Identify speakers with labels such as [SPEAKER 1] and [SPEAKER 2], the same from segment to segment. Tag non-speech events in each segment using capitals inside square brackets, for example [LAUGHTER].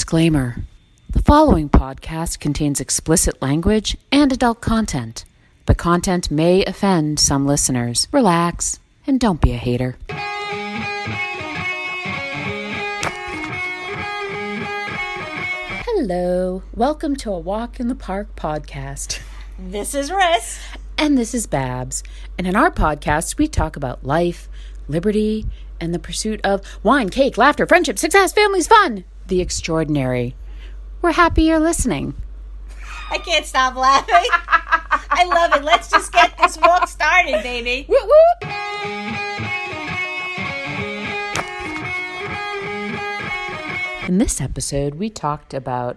[SPEAKER 1] Disclaimer The following podcast contains explicit language and adult content. The content may offend some listeners. Relax and don't be a hater. Hello. Welcome to a Walk in the Park podcast. [LAUGHS]
[SPEAKER 2] This is Riss.
[SPEAKER 1] And this is Babs. And in our podcast, we talk about life, liberty, and the pursuit of wine, cake, laughter, friendship, success, families, fun, the extraordinary. We're happy you're listening.
[SPEAKER 2] I can't stop laughing. I love it. Let's just get this walk started, baby.
[SPEAKER 1] Woo woo! In this episode, we talked about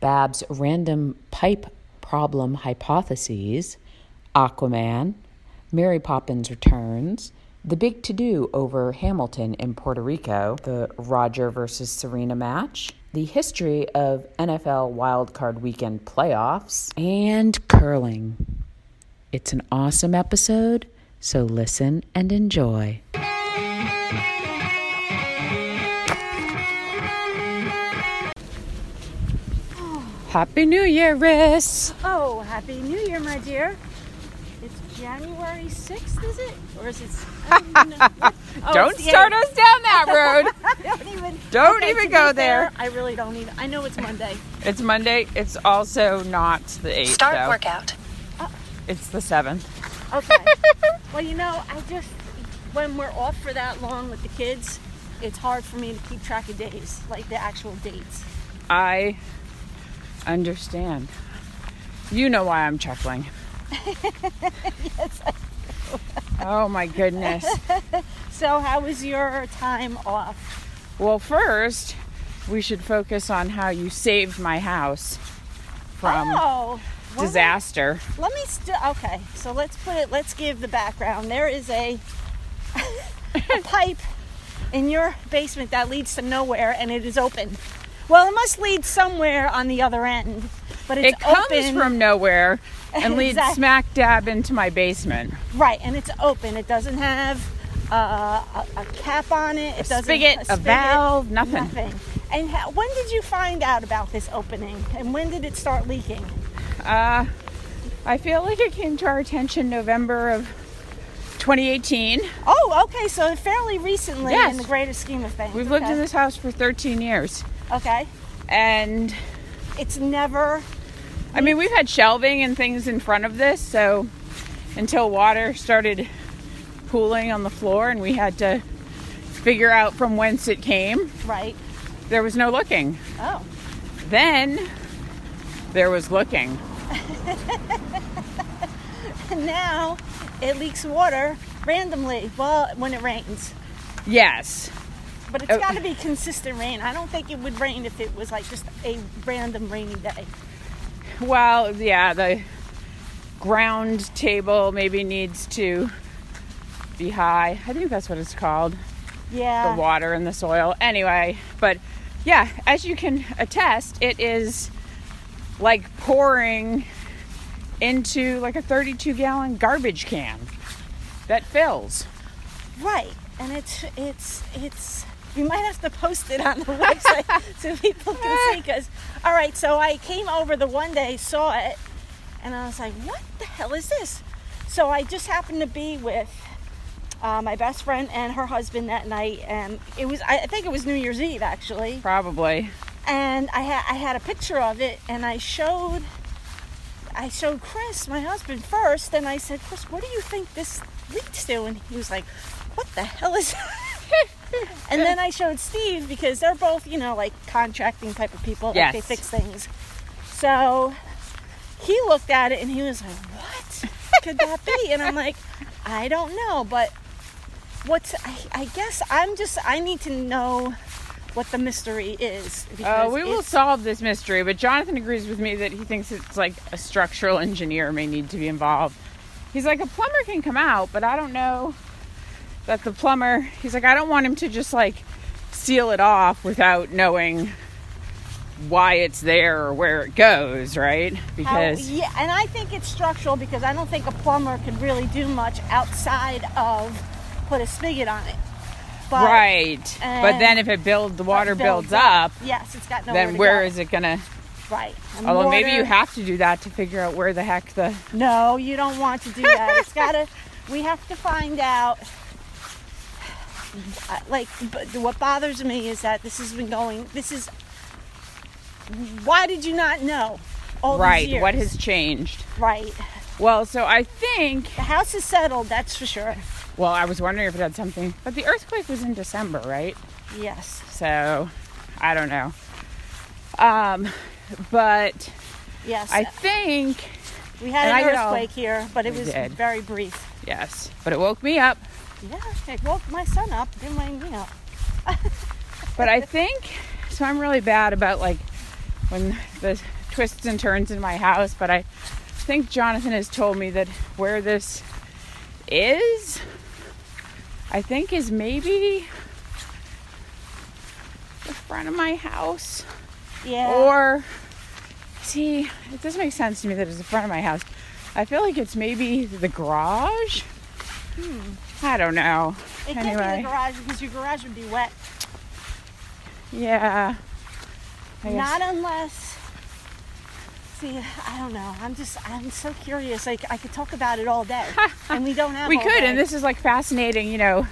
[SPEAKER 1] Bab's random pipe problem hypotheses, Aquaman, Mary Poppins Returns, the big to do over Hamilton in Puerto Rico, the Roger versus Serena match, the history of NFL wildcard weekend playoffs, and curling. It's an awesome episode, so listen and enjoy. Happy New Year, Riss!
[SPEAKER 2] Oh, happy New Year, my dear. It's January sixth, is it? Or is it? I don't
[SPEAKER 3] [LAUGHS]
[SPEAKER 2] even know. What- oh,
[SPEAKER 1] Don't
[SPEAKER 2] it's the
[SPEAKER 1] start
[SPEAKER 2] end.
[SPEAKER 1] us down that road.
[SPEAKER 2] I don't even.
[SPEAKER 3] Don't
[SPEAKER 2] Okay,
[SPEAKER 3] even
[SPEAKER 2] to be
[SPEAKER 3] go
[SPEAKER 2] fair,
[SPEAKER 3] there.
[SPEAKER 2] I really don't even. I
[SPEAKER 3] [LAUGHS]
[SPEAKER 2] know it's Monday.
[SPEAKER 3] [LAUGHS] It's Monday. It's also not the 8th.
[SPEAKER 4] Start
[SPEAKER 3] though.
[SPEAKER 4] workout.
[SPEAKER 3] It's the 7th.
[SPEAKER 2] Okay. well, you know, I just when we're off for that long with the kids, it's hard for me to keep track of days, like the actual dates.
[SPEAKER 3] I understand. You know why I'm chuckling. oh my goodness.
[SPEAKER 2] So, how was your time off?
[SPEAKER 3] Well, first, we should focus on how you saved my house from
[SPEAKER 2] oh, well,
[SPEAKER 3] disaster.
[SPEAKER 2] Let me st- okay. So let's put it. Let's give the background. There is a, [LAUGHS] a pipe in your basement that leads to nowhere, and it is open. Well, it must lead somewhere on the other end, but it's
[SPEAKER 3] It comes
[SPEAKER 2] open.
[SPEAKER 3] from nowhere and leads
[SPEAKER 2] Exact-
[SPEAKER 3] smack dab into my basement.
[SPEAKER 2] right, and it's open. It doesn't have uh, a, a cap on it. It doesn't
[SPEAKER 3] spigot, a valve, nothing.
[SPEAKER 2] Nothing. And how, when did you find out about this opening? And when did it start leaking?
[SPEAKER 3] Uh, I feel like it came to our attention November of 2018.
[SPEAKER 2] Oh, okay. So fairly recently,
[SPEAKER 3] Yes.
[SPEAKER 2] in the greater scheme of things.
[SPEAKER 3] We've lived in
[SPEAKER 2] okay.
[SPEAKER 3] this house for 13 years.
[SPEAKER 2] Okay.
[SPEAKER 3] And
[SPEAKER 2] It's never
[SPEAKER 3] I mean, we've had shelving and things in front of this, so until water started pooling on the floor and we had to figure out from whence it came,
[SPEAKER 2] right.
[SPEAKER 3] there was no looking.
[SPEAKER 2] Oh.
[SPEAKER 3] Then there was looking.
[SPEAKER 2] And now it leaks water randomly. Well, when it rains.
[SPEAKER 3] Yes.
[SPEAKER 2] But it's
[SPEAKER 3] Oh.
[SPEAKER 2] got to be consistent rain. I don't think it would rain if it was like just a random rainy day.
[SPEAKER 3] Well, yeah, the ground table maybe needs to be high. I think that's what it's called. the
[SPEAKER 2] Yeah.
[SPEAKER 3] water and the soil. Anyway, but yeah, as you can attest, it is like pouring into like a 32 gallon garbage can that fills.
[SPEAKER 2] Right. And it's it's it's. We might have to post it on the [LAUGHS] website so people can see. Cause all right. So I came over the one day, saw it, and I was like, "What the hell is this?" So I just happened to be with uh, my best friend and her husband that night, and it was I I think it was New Year's Eve actually,
[SPEAKER 3] Probably.
[SPEAKER 2] and I had I had a picture of it, and I showed I showed Chris, my husband, first, and I said, Chris, what do you think this leaks to? And he was like, What the hell is that? [LAUGHS] and then I showed Steve because they're both, you know, like contracting type of people. Like they
[SPEAKER 3] Yes.
[SPEAKER 2] fix things. So he looked at it and he was like, What could that be? And I'm like, I don't know, but what's I, I guess I'm just I need to know what the mystery is.
[SPEAKER 3] Uh,
[SPEAKER 2] because
[SPEAKER 3] we will
[SPEAKER 2] it's-
[SPEAKER 3] solve this mystery, but Jonathan agrees with me that he thinks it's like a structural engineer may need to be involved. He's like, a plumber can come out, but I don't know that the plumber, he's like, I don't want him to just like seal it off without knowing why it's there or where it goes, right?
[SPEAKER 2] How-
[SPEAKER 3] Because,
[SPEAKER 2] yeah, and I think it's structural because I don't think a plumber could really do much outside of put a spigot on it. But,
[SPEAKER 3] [LAUGHS] right. But
[SPEAKER 2] and
[SPEAKER 3] then if it build the water builds, up,
[SPEAKER 2] Yes, it's got nowhere
[SPEAKER 3] then
[SPEAKER 2] to
[SPEAKER 3] where
[SPEAKER 2] go.
[SPEAKER 3] is it gonna?
[SPEAKER 2] Right. And
[SPEAKER 3] Although maybe you
[SPEAKER 2] water-
[SPEAKER 3] have to do that to figure out where the heck the.
[SPEAKER 2] No, you don't want to do
[SPEAKER 3] [LAUGHS]
[SPEAKER 2] that. It's gotta. We have to find out. Uh, Like, but what bothers me is that this has been going. This is. Why did you not know? All these
[SPEAKER 3] right. What
[SPEAKER 2] years?
[SPEAKER 3] has changed?
[SPEAKER 2] Right.
[SPEAKER 3] Well, so I think.
[SPEAKER 2] The house is settled. That's for sure.
[SPEAKER 3] Well, I was wondering if it had something, but the earthquake was in December, right?
[SPEAKER 2] Yes.
[SPEAKER 3] So, I don't know. Um, but
[SPEAKER 2] Yes.
[SPEAKER 3] I think
[SPEAKER 2] we had
[SPEAKER 3] and I
[SPEAKER 2] an
[SPEAKER 3] did all-
[SPEAKER 2] earthquake here, but it
[SPEAKER 3] We
[SPEAKER 2] was
[SPEAKER 3] did.
[SPEAKER 2] very brief.
[SPEAKER 3] yes. But it woke me up.
[SPEAKER 2] Yeah. It woke my son up. Didn't wake me up.
[SPEAKER 3] But I think so. I'm really bad about like when the twists and turns in my house. But I think Jonathan has told me that where this is, I think is maybe the front of my house.
[SPEAKER 2] Yeah.
[SPEAKER 3] Or, see, it doesn't make sense to me that it's the front of my house. I feel like it's maybe the garage. I don't know.
[SPEAKER 2] it can't be
[SPEAKER 3] anyway.
[SPEAKER 2] the garage because your garage would be wet.
[SPEAKER 3] Yeah. I guess-
[SPEAKER 2] Not unless. See, I don't know. I'm just, I'm so curious. Like, I could talk about it all day,
[SPEAKER 3] [LAUGHS]
[SPEAKER 2] and we don't have.
[SPEAKER 3] we
[SPEAKER 2] all
[SPEAKER 3] could,
[SPEAKER 2] day.
[SPEAKER 3] and this is like fascinating, you know,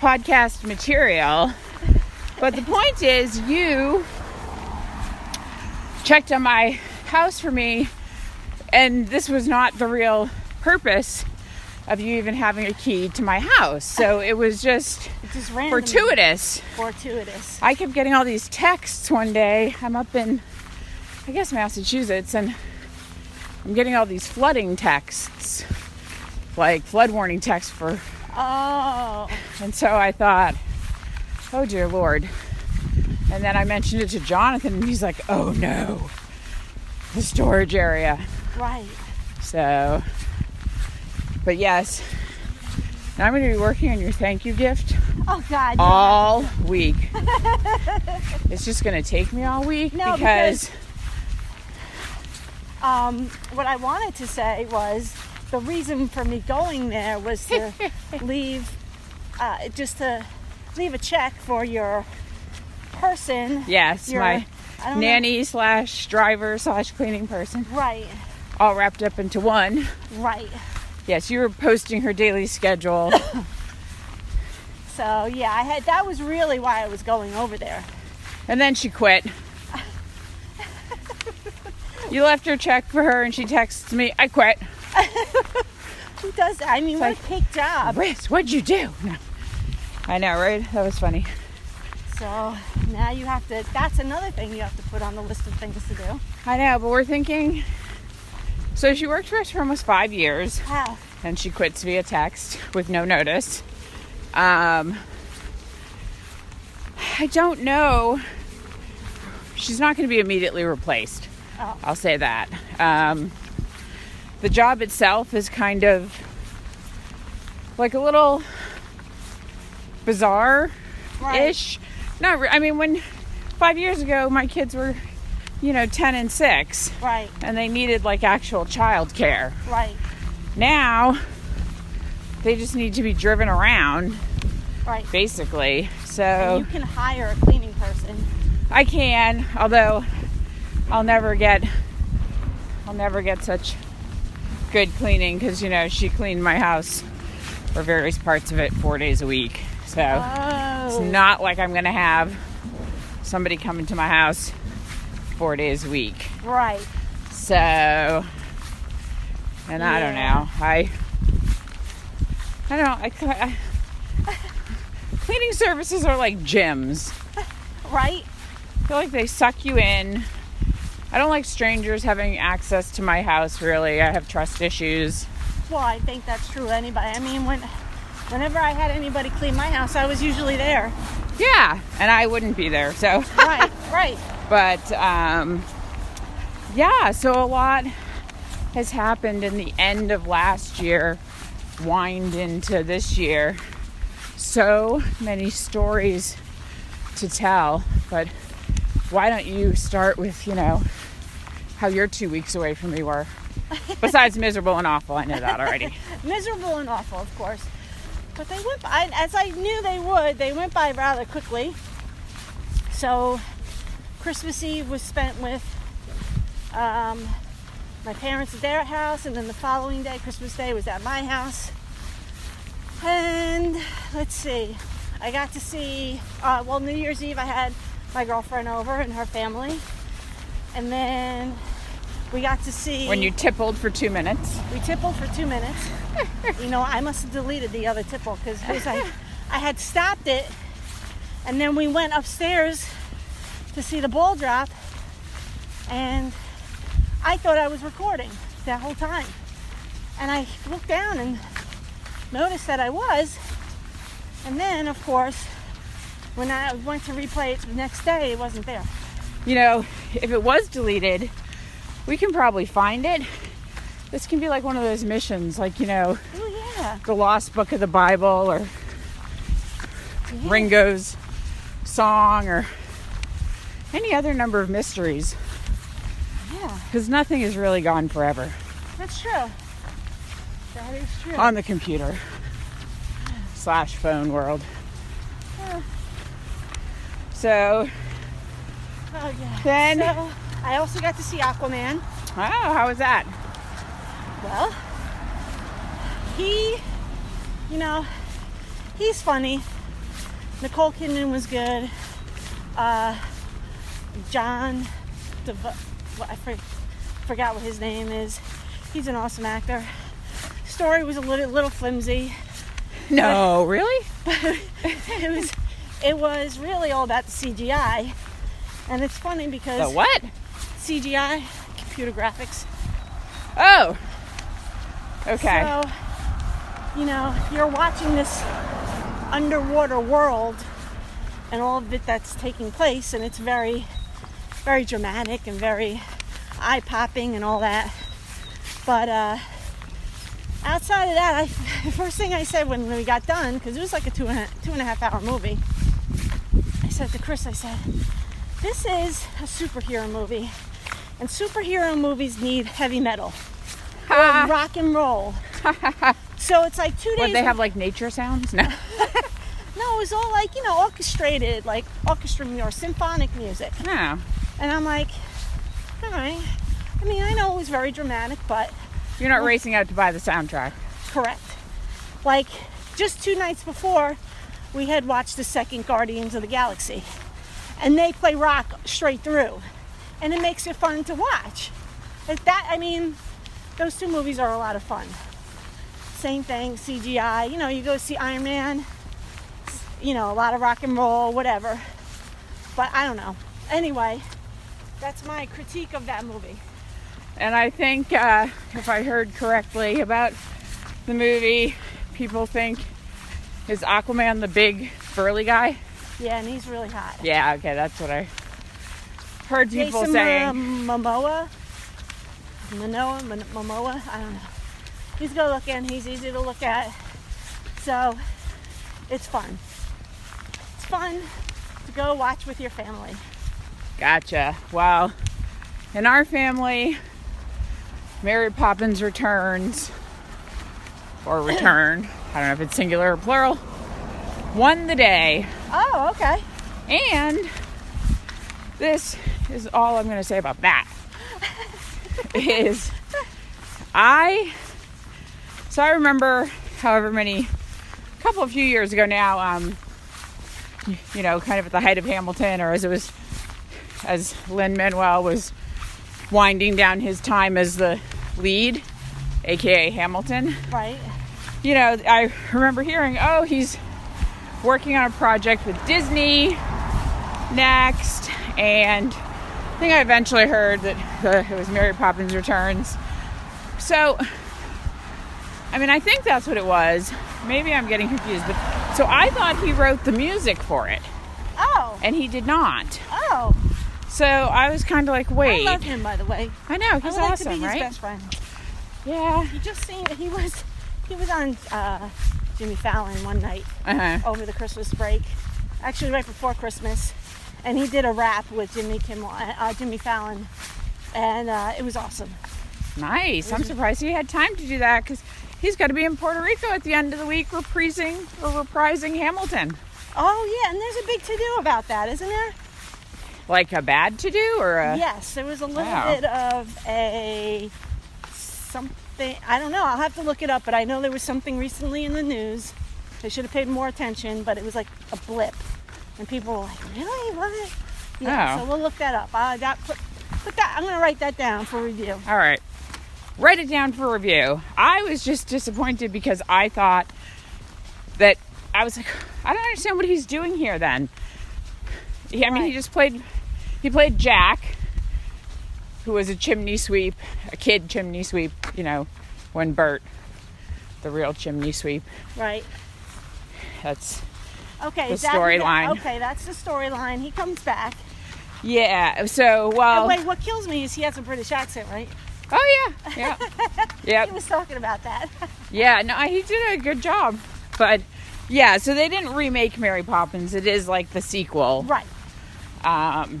[SPEAKER 3] podcast material. But the point is, you checked on my house for me, and this was not the real purpose of you even having a key to my house. So it was just
[SPEAKER 2] It's just random.
[SPEAKER 3] fortuitous.
[SPEAKER 2] Fortuitous.
[SPEAKER 3] I kept getting all these texts one day. I'm up in, I guess, Massachusetts, and I'm getting all these flooding texts, like flood warning texts for.
[SPEAKER 2] Oh,
[SPEAKER 3] And so I thought, oh dear Lord. And then I mentioned it to Jonathan, and he's like, oh no, the storage area.
[SPEAKER 2] right.
[SPEAKER 3] So, but yes, now I'm going to be working on your thank you gift
[SPEAKER 2] Oh God. no.
[SPEAKER 3] all week. it's just gonna take me all week
[SPEAKER 2] No,
[SPEAKER 3] because,
[SPEAKER 2] because- Um, what I wanted to say was the reason for me going there was
[SPEAKER 3] [LAUGHS]
[SPEAKER 2] to leave, uh, just to leave a check for your person.
[SPEAKER 3] yes,
[SPEAKER 2] your
[SPEAKER 3] my
[SPEAKER 2] I don't know-
[SPEAKER 3] nanny slash driver slash cleaning person
[SPEAKER 2] Right.
[SPEAKER 3] all wrapped up into one.
[SPEAKER 2] Right.
[SPEAKER 3] Yes, you were posting her daily schedule.
[SPEAKER 2] So yeah, I had. That was really why I was going over there.
[SPEAKER 3] and then she quit. you left her check for her and she texts me, I quit.
[SPEAKER 2] Who does that? I mean, what a cake job.
[SPEAKER 3] Riz, what'd you do? No. I know, right? That was funny.
[SPEAKER 2] So now you have to, that's another thing you have to put on the list of things to do.
[SPEAKER 3] I know, but we're thinking. So she worked for us for almost five years.
[SPEAKER 2] Wow.
[SPEAKER 3] and she quits via text with no notice. Um, I don't know. She's not going to be immediately replaced.
[SPEAKER 2] Oh.
[SPEAKER 3] I'll say that. Um, the job itself is kind of like a little bizarre ish. Not, re- I mean, when five years ago my kids were, you know, 10 and 6,
[SPEAKER 2] Right,
[SPEAKER 3] and they needed like actual child care
[SPEAKER 2] right,
[SPEAKER 3] now they just need to be driven around
[SPEAKER 2] right.
[SPEAKER 3] basically
[SPEAKER 2] And
[SPEAKER 3] so
[SPEAKER 2] you can hire a cleaning person.
[SPEAKER 3] i can although i'll never get i'll never get such good cleaning because you know she cleaned my house or various parts of it four days a week so it's
[SPEAKER 2] Oh.
[SPEAKER 3] not like i'm gonna have somebody coming to my house four days a week
[SPEAKER 2] Right.
[SPEAKER 3] So, and I don't
[SPEAKER 2] Yeah.
[SPEAKER 3] know. I, I don't. I, ca- I [LAUGHS] cleaning services are like gyms.
[SPEAKER 2] Right.
[SPEAKER 3] I feel like they suck you in. I don't like strangers having access to my house. Really, I have trust issues.
[SPEAKER 2] Well, I think that's true. of Anybody. I mean, when, whenever I had anybody clean my house, I was usually there.
[SPEAKER 3] Yeah, and I wouldn't be there. So,
[SPEAKER 2] Right. [LAUGHS] right.
[SPEAKER 3] but um, yeah. So a lot has happened in the end of last year, wind into this year. so many stories to tell, but why don't you start with, you know, how your two weeks away from me were? Besides miserable and awful, I know that already.
[SPEAKER 2] Miserable and awful, of course. But they went by, as I knew they would, they went by rather quickly. So Christmas Eve was spent with um, my parents at their house, and then the following day, Christmas Day, was at my house. And let's see, I got to see, uh, well, New Year's Eve, I had my girlfriend over and her family. And then we got to see.
[SPEAKER 3] When
[SPEAKER 2] [LAUGHS]
[SPEAKER 3] you tippled for two minutes.
[SPEAKER 2] We tippled for two minutes. you know, I must have deleted the other tipple because like, I had stopped it, and then we went upstairs to see the ball drop, and I thought I was recording that whole time. And I looked down and noticed that I was. And then, of course, when I went to replay it the next day, it wasn't there.
[SPEAKER 3] You know, if it was deleted, we can probably find it. This can be like one of those missions, like, you know,
[SPEAKER 2] Oh, yeah.
[SPEAKER 3] the lost book of the Bible or Ringo's song or any other number of mysteries
[SPEAKER 2] Yeah,
[SPEAKER 3] because nothing is really gone forever
[SPEAKER 2] that's true. That is true.
[SPEAKER 3] on the computer slash phone world. So
[SPEAKER 2] oh, yeah. [LAUGHS]
[SPEAKER 3] then, oh,
[SPEAKER 2] So, I also got to see Aquaman.
[SPEAKER 3] how was that?
[SPEAKER 2] Well, he, you know, he's funny. Nicole Kidman was good. Uh, John, Dev- what I for- forgot what his name is. He's an awesome actor. Story was a little, little flimsy. [LAUGHS]
[SPEAKER 3] No, really?
[SPEAKER 2] It was, it was really all about the CGI, and it's funny
[SPEAKER 3] [LAUGHS] The
[SPEAKER 2] because
[SPEAKER 3] what?
[SPEAKER 2] CGI, computer graphics.
[SPEAKER 3] Oh, okay.
[SPEAKER 2] So, you know, you're watching this underwater world and all of it that's taking place, and it's very, very dramatic and very eye popping and all that. But uh, outside of that, I, [LAUGHS] the first thing I said when we got done, because it was like a two and a, two and a half hour movie, I said to Chris, I said, this is a superhero movie, and superhero movies need heavy
[SPEAKER 3] [LAUGHS]
[SPEAKER 2] metal
[SPEAKER 3] Ha.
[SPEAKER 2] rock and
[SPEAKER 3] [LAUGHS]
[SPEAKER 2] roll. so it's like two
[SPEAKER 3] What
[SPEAKER 2] days.
[SPEAKER 3] they have like nature sounds? No.
[SPEAKER 2] no, it was all like you know orchestrated, like orchestra mu- or symphonic music.
[SPEAKER 3] [LAUGHS] No.
[SPEAKER 2] And I'm like, all right. I mean, I know it was very dramatic, but
[SPEAKER 3] You're not racing out to buy the soundtrack.
[SPEAKER 2] correct. Like just two nights before, we had watched the second Guardians of the Galaxy, and they play rock straight through, and it makes it fun to watch. Like that, I mean, those two movies are a lot of fun. Same thing, CGI. You know, you go see Iron Man. You know, a lot of rock and roll, whatever. But I don't know. Anyway, that's my critique of that movie.
[SPEAKER 3] And I think, uh, if I heard correctly about the movie, people think is Aquaman the big burly guy?
[SPEAKER 2] Yeah, and he's really hot.
[SPEAKER 3] Yeah, okay, that's what I heard people
[SPEAKER 2] Jason
[SPEAKER 3] saying.
[SPEAKER 2] Mo- Momoa. Manoa, Mon- Momoa, I don't know. He's good looking, he's easy to look at. So it's fun. It's fun to go watch with your family.
[SPEAKER 3] Gotcha. Well, in our family, Mary Poppins returns or return. I don't know if it's singular or plural. Won the day.
[SPEAKER 2] Oh, okay.
[SPEAKER 3] And this is all I'm going to say about that. is I so I remember however many a couple of few years ago now um you know kind of at the height of Hamilton or as it was as Lynn Manuel was winding down his time as the lead aka Hamilton
[SPEAKER 2] Right.
[SPEAKER 3] you know, I remember hearing, oh, he's working on a project with Disney next. And I think I eventually heard that [LAUGHS] uh, it was Mary Poppins Returns. So, I mean, I think that's what it was. Maybe I'm getting confused. But, so I thought he wrote the music for it,
[SPEAKER 2] Oh,
[SPEAKER 3] and he did not.
[SPEAKER 2] oh.
[SPEAKER 3] So I was kind of like, wait.
[SPEAKER 2] I love him, by the way.
[SPEAKER 3] I know,
[SPEAKER 2] I
[SPEAKER 3] he's
[SPEAKER 2] would like to
[SPEAKER 3] awesome,
[SPEAKER 2] be his
[SPEAKER 3] right?
[SPEAKER 2] best friend.
[SPEAKER 3] Yeah.
[SPEAKER 2] You just seen he was he was on uh, Jimmy Fallon one night.
[SPEAKER 3] Uh-huh.
[SPEAKER 2] over the Christmas break, actually right before Christmas, and he did a rap with Jimmy Kimmel, uh, uh, Jimmy Fallon, and uh, it was awesome.
[SPEAKER 3] Nice. I'm surprised he had time to do that because he's got to be in Puerto Rico at the end of the week reprising or reprising Hamilton.
[SPEAKER 2] Oh yeah, and there's a big to do about that, isn't there?
[SPEAKER 3] Like a bad to do or a
[SPEAKER 2] yes, there was a little
[SPEAKER 3] wow.
[SPEAKER 2] bit of a something. I don't know. I'll have to look it up, but I know there was something recently in the news. They should have paid more attention, but it was like a blip, and people were like, "Really? What?" Yeah.
[SPEAKER 3] Oh.
[SPEAKER 2] So we'll look that up. Uh, that put, put that. I'm gonna write that down for review.
[SPEAKER 3] All right. Write it down for review. I was just disappointed because I thought that I was like, I don't understand what he's doing here then. He, I mean, he
[SPEAKER 2] Right.
[SPEAKER 3] just played, he played Jack, who was a chimney sweep, a kid chimney sweep, you know, when Bert, the real chimney sweep,
[SPEAKER 2] Right.
[SPEAKER 3] that's,
[SPEAKER 2] Okay.
[SPEAKER 3] The
[SPEAKER 2] is that who that-
[SPEAKER 3] storyline.
[SPEAKER 2] Okay, that's the storyline. He comes back.
[SPEAKER 3] yeah. So, well,
[SPEAKER 2] Oh wait, what kills me is he has a British accent, right?
[SPEAKER 3] oh yeah, yeah,
[SPEAKER 2] [LAUGHS]
[SPEAKER 3] yeah.
[SPEAKER 2] He was talking about that. [LAUGHS]
[SPEAKER 3] Yeah, no, he did a good job. But yeah, so they didn't remake Mary Poppins. It is like the sequel.
[SPEAKER 2] right.
[SPEAKER 3] Um,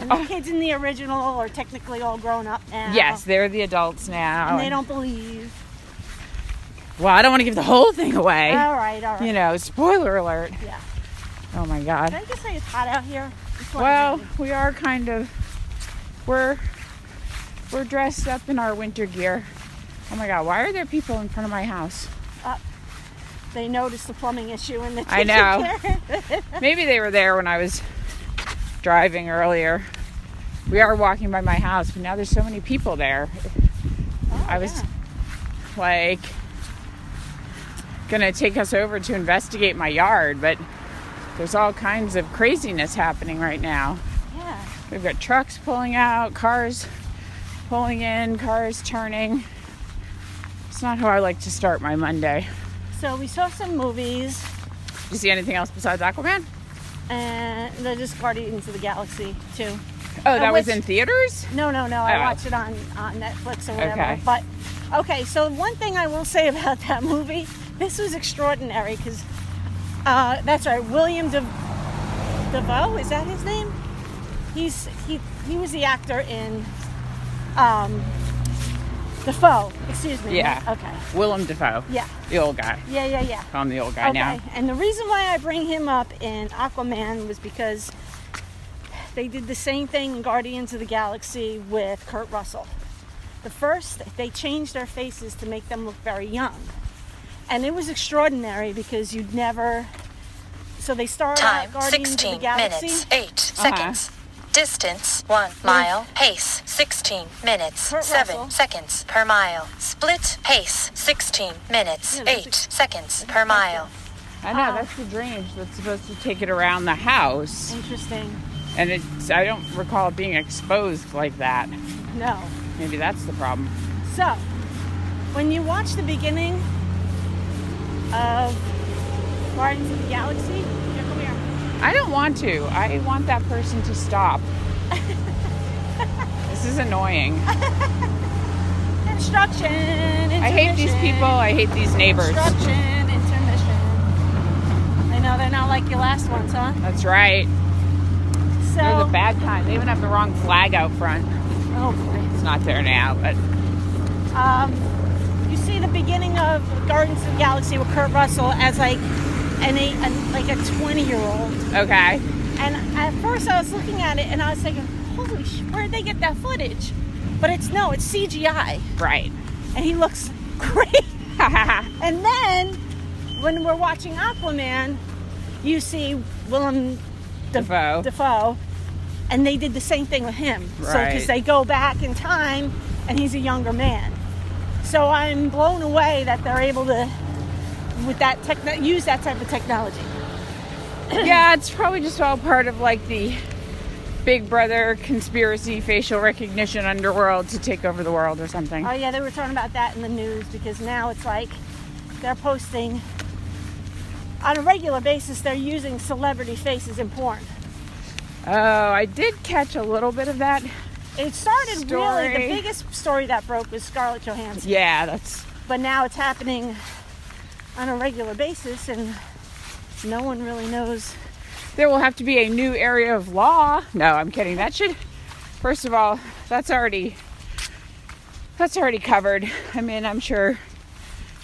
[SPEAKER 2] And the kids in the original are technically all grown up now.
[SPEAKER 3] Yes, Oh, they're the adults now.
[SPEAKER 2] And they don't believe.
[SPEAKER 3] Well, I don't want to give the whole thing away.
[SPEAKER 2] All right, all right.
[SPEAKER 3] you know, spoiler alert.
[SPEAKER 2] Oh. Yeah.
[SPEAKER 3] Oh my
[SPEAKER 2] Can
[SPEAKER 3] God.
[SPEAKER 2] I just say it's hot out here? It's like-
[SPEAKER 3] Well, we are kind of we're we're dressed up in our winter gear. Oh my God, why are there people in front of my house?
[SPEAKER 2] they noticed the plumbing issue and they
[SPEAKER 3] I
[SPEAKER 2] took [LAUGHS]
[SPEAKER 3] know.
[SPEAKER 2] care of it.
[SPEAKER 3] Maybe they were there when I was driving earlier. We are walking by my house, but now there's so many people there.
[SPEAKER 2] Oh,
[SPEAKER 3] I was
[SPEAKER 2] yeah.
[SPEAKER 3] like gonna take us over to investigate my yard, but there's all kinds of craziness happening right now.
[SPEAKER 2] Yeah.
[SPEAKER 3] We've got trucks pulling out, cars pulling in, cars turning. It's not how I like to start my Monday.
[SPEAKER 2] So we saw some movies
[SPEAKER 3] Did you see anything else besides Aquaman?
[SPEAKER 2] and they're just Guardians of the Galaxy too.
[SPEAKER 3] Oh, that was
[SPEAKER 2] Uh, which-
[SPEAKER 3] in theaters?
[SPEAKER 2] No, no, no.
[SPEAKER 3] Oh.
[SPEAKER 2] I watched it on, on Netflix or whatever.
[SPEAKER 3] Okay.
[SPEAKER 2] But okay, so one thing I will say [LAUGHS] about that movie, this was extraordinary because uh, that's right, William De- DeVoe is that his name? He's he he was the actor in um, Defoe. Excuse me.
[SPEAKER 3] Yeah.
[SPEAKER 2] Okay.
[SPEAKER 3] Willem Dafoe.
[SPEAKER 2] Yeah.
[SPEAKER 3] The old guy.
[SPEAKER 2] Yeah. Yeah. Yeah.
[SPEAKER 3] Call him the old guy now.
[SPEAKER 2] And the reason why I bring him up in Aquaman was because they did the same thing in Guardians of the Galaxy with Kurt Russell. The first, they changed their faces to make them look very young. And it was extraordinary because you'd never. So they started out
[SPEAKER 4] Time
[SPEAKER 2] Guardians of the
[SPEAKER 4] 16
[SPEAKER 2] Galaxy. Uh-huh.
[SPEAKER 4] minutes 8 seconds. Distance 1 mile. Pace 16 minutes
[SPEAKER 2] Kurt
[SPEAKER 4] 7
[SPEAKER 2] Russell.
[SPEAKER 4] seconds per mile. Split pace 16 minutes
[SPEAKER 2] Yeah, that's
[SPEAKER 4] 8 seconds per mile.
[SPEAKER 2] Uh-huh.
[SPEAKER 3] I know, that's the drainage that's supposed to take it around the house.
[SPEAKER 2] Interesting.
[SPEAKER 3] And it's I don't recall it being exposed like that.
[SPEAKER 2] No.
[SPEAKER 3] Maybe that's the problem.
[SPEAKER 2] So, when you watch the beginning of Guardians of the Galaxy, here, come here.
[SPEAKER 3] I don't want to. I want that person
[SPEAKER 2] [LAUGHS]
[SPEAKER 3] to stop. this is annoying.
[SPEAKER 2] Instruction.
[SPEAKER 3] I hate these people. I hate these neighbors.
[SPEAKER 2] Instruction. Intermission. I know they're not like your last ones, huh?
[SPEAKER 3] That's right.
[SPEAKER 2] So.
[SPEAKER 3] They're the bad kind. They even have the wrong flag out front.
[SPEAKER 2] Oh
[SPEAKER 3] It's not there now, but
[SPEAKER 2] boy. Um, you see the beginning of Guardians of the Galaxy with Kurt Russell as like an eight, an, like a twenty-year-old,
[SPEAKER 3] okay.
[SPEAKER 2] and at first I was looking at it and I was thinking, holy, sh- where did they get that footage? But it's no, it's CGI,
[SPEAKER 3] Right. [LAUGHS]
[SPEAKER 2] and he looks [LAUGHS] great. And then when we're watching Aquaman, you see Willem De-
[SPEAKER 3] Dafoe.
[SPEAKER 2] Dafoe, and they did the same thing with him. So
[SPEAKER 3] Right.
[SPEAKER 2] because they go back in time, and he's a younger man. So I'm blown away that they're able to, with that techno- use that type of technology.
[SPEAKER 3] yeah, it's probably just all part of like the Big Brother conspiracy facial recognition underworld to take over the world or something.
[SPEAKER 2] Oh yeah, they were talking about that in the news because now it's like they're posting on a regular basis. They're using celebrity faces in porn.
[SPEAKER 3] Oh, I did catch a little bit of that.
[SPEAKER 2] It started really
[SPEAKER 3] Story.
[SPEAKER 2] the biggest story that broke was Scarlett Johansson,
[SPEAKER 3] Yeah, that's
[SPEAKER 2] but now it's happening on a regular basis, and no one really knows.
[SPEAKER 3] there will have to be a new area of law. No, I'm kidding. That should first of all, that's already that's already covered. I mean, I'm sure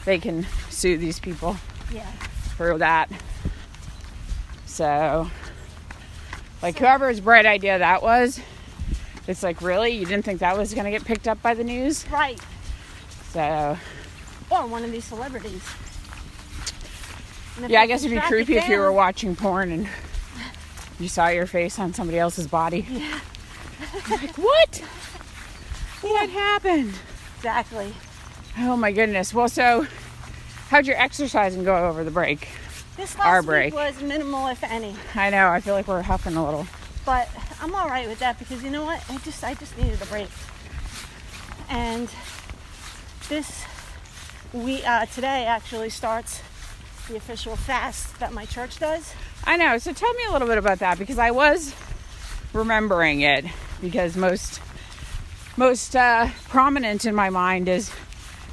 [SPEAKER 3] they can sue these people
[SPEAKER 2] Yeah.
[SPEAKER 3] for that. So, like, whoever's bright idea that was, it's like, really? You didn't think that was going to get picked up by the news?
[SPEAKER 2] Right.
[SPEAKER 3] So,
[SPEAKER 2] Or one of these celebrities. And if
[SPEAKER 3] yeah, I
[SPEAKER 2] they
[SPEAKER 3] guess
[SPEAKER 2] can
[SPEAKER 3] it'd be
[SPEAKER 2] track it
[SPEAKER 3] creepy if you
[SPEAKER 2] down-
[SPEAKER 3] were watching porn and you saw your face on somebody else's body. like, what? What happened?
[SPEAKER 2] Exactly.
[SPEAKER 3] Oh my goodness. Well, so how'd your exercising go over the break?
[SPEAKER 2] This last
[SPEAKER 3] Our
[SPEAKER 2] week
[SPEAKER 3] break.
[SPEAKER 2] was minimal, if any,
[SPEAKER 3] I know, I feel like we're huffing a little.
[SPEAKER 2] but I'm all right with that because you know what? I just I just needed a break. And this we uh, today actually starts the official fast that my church does.
[SPEAKER 3] I know. So tell me a little bit about that because I was remembering it because most most uh, prominent in my mind is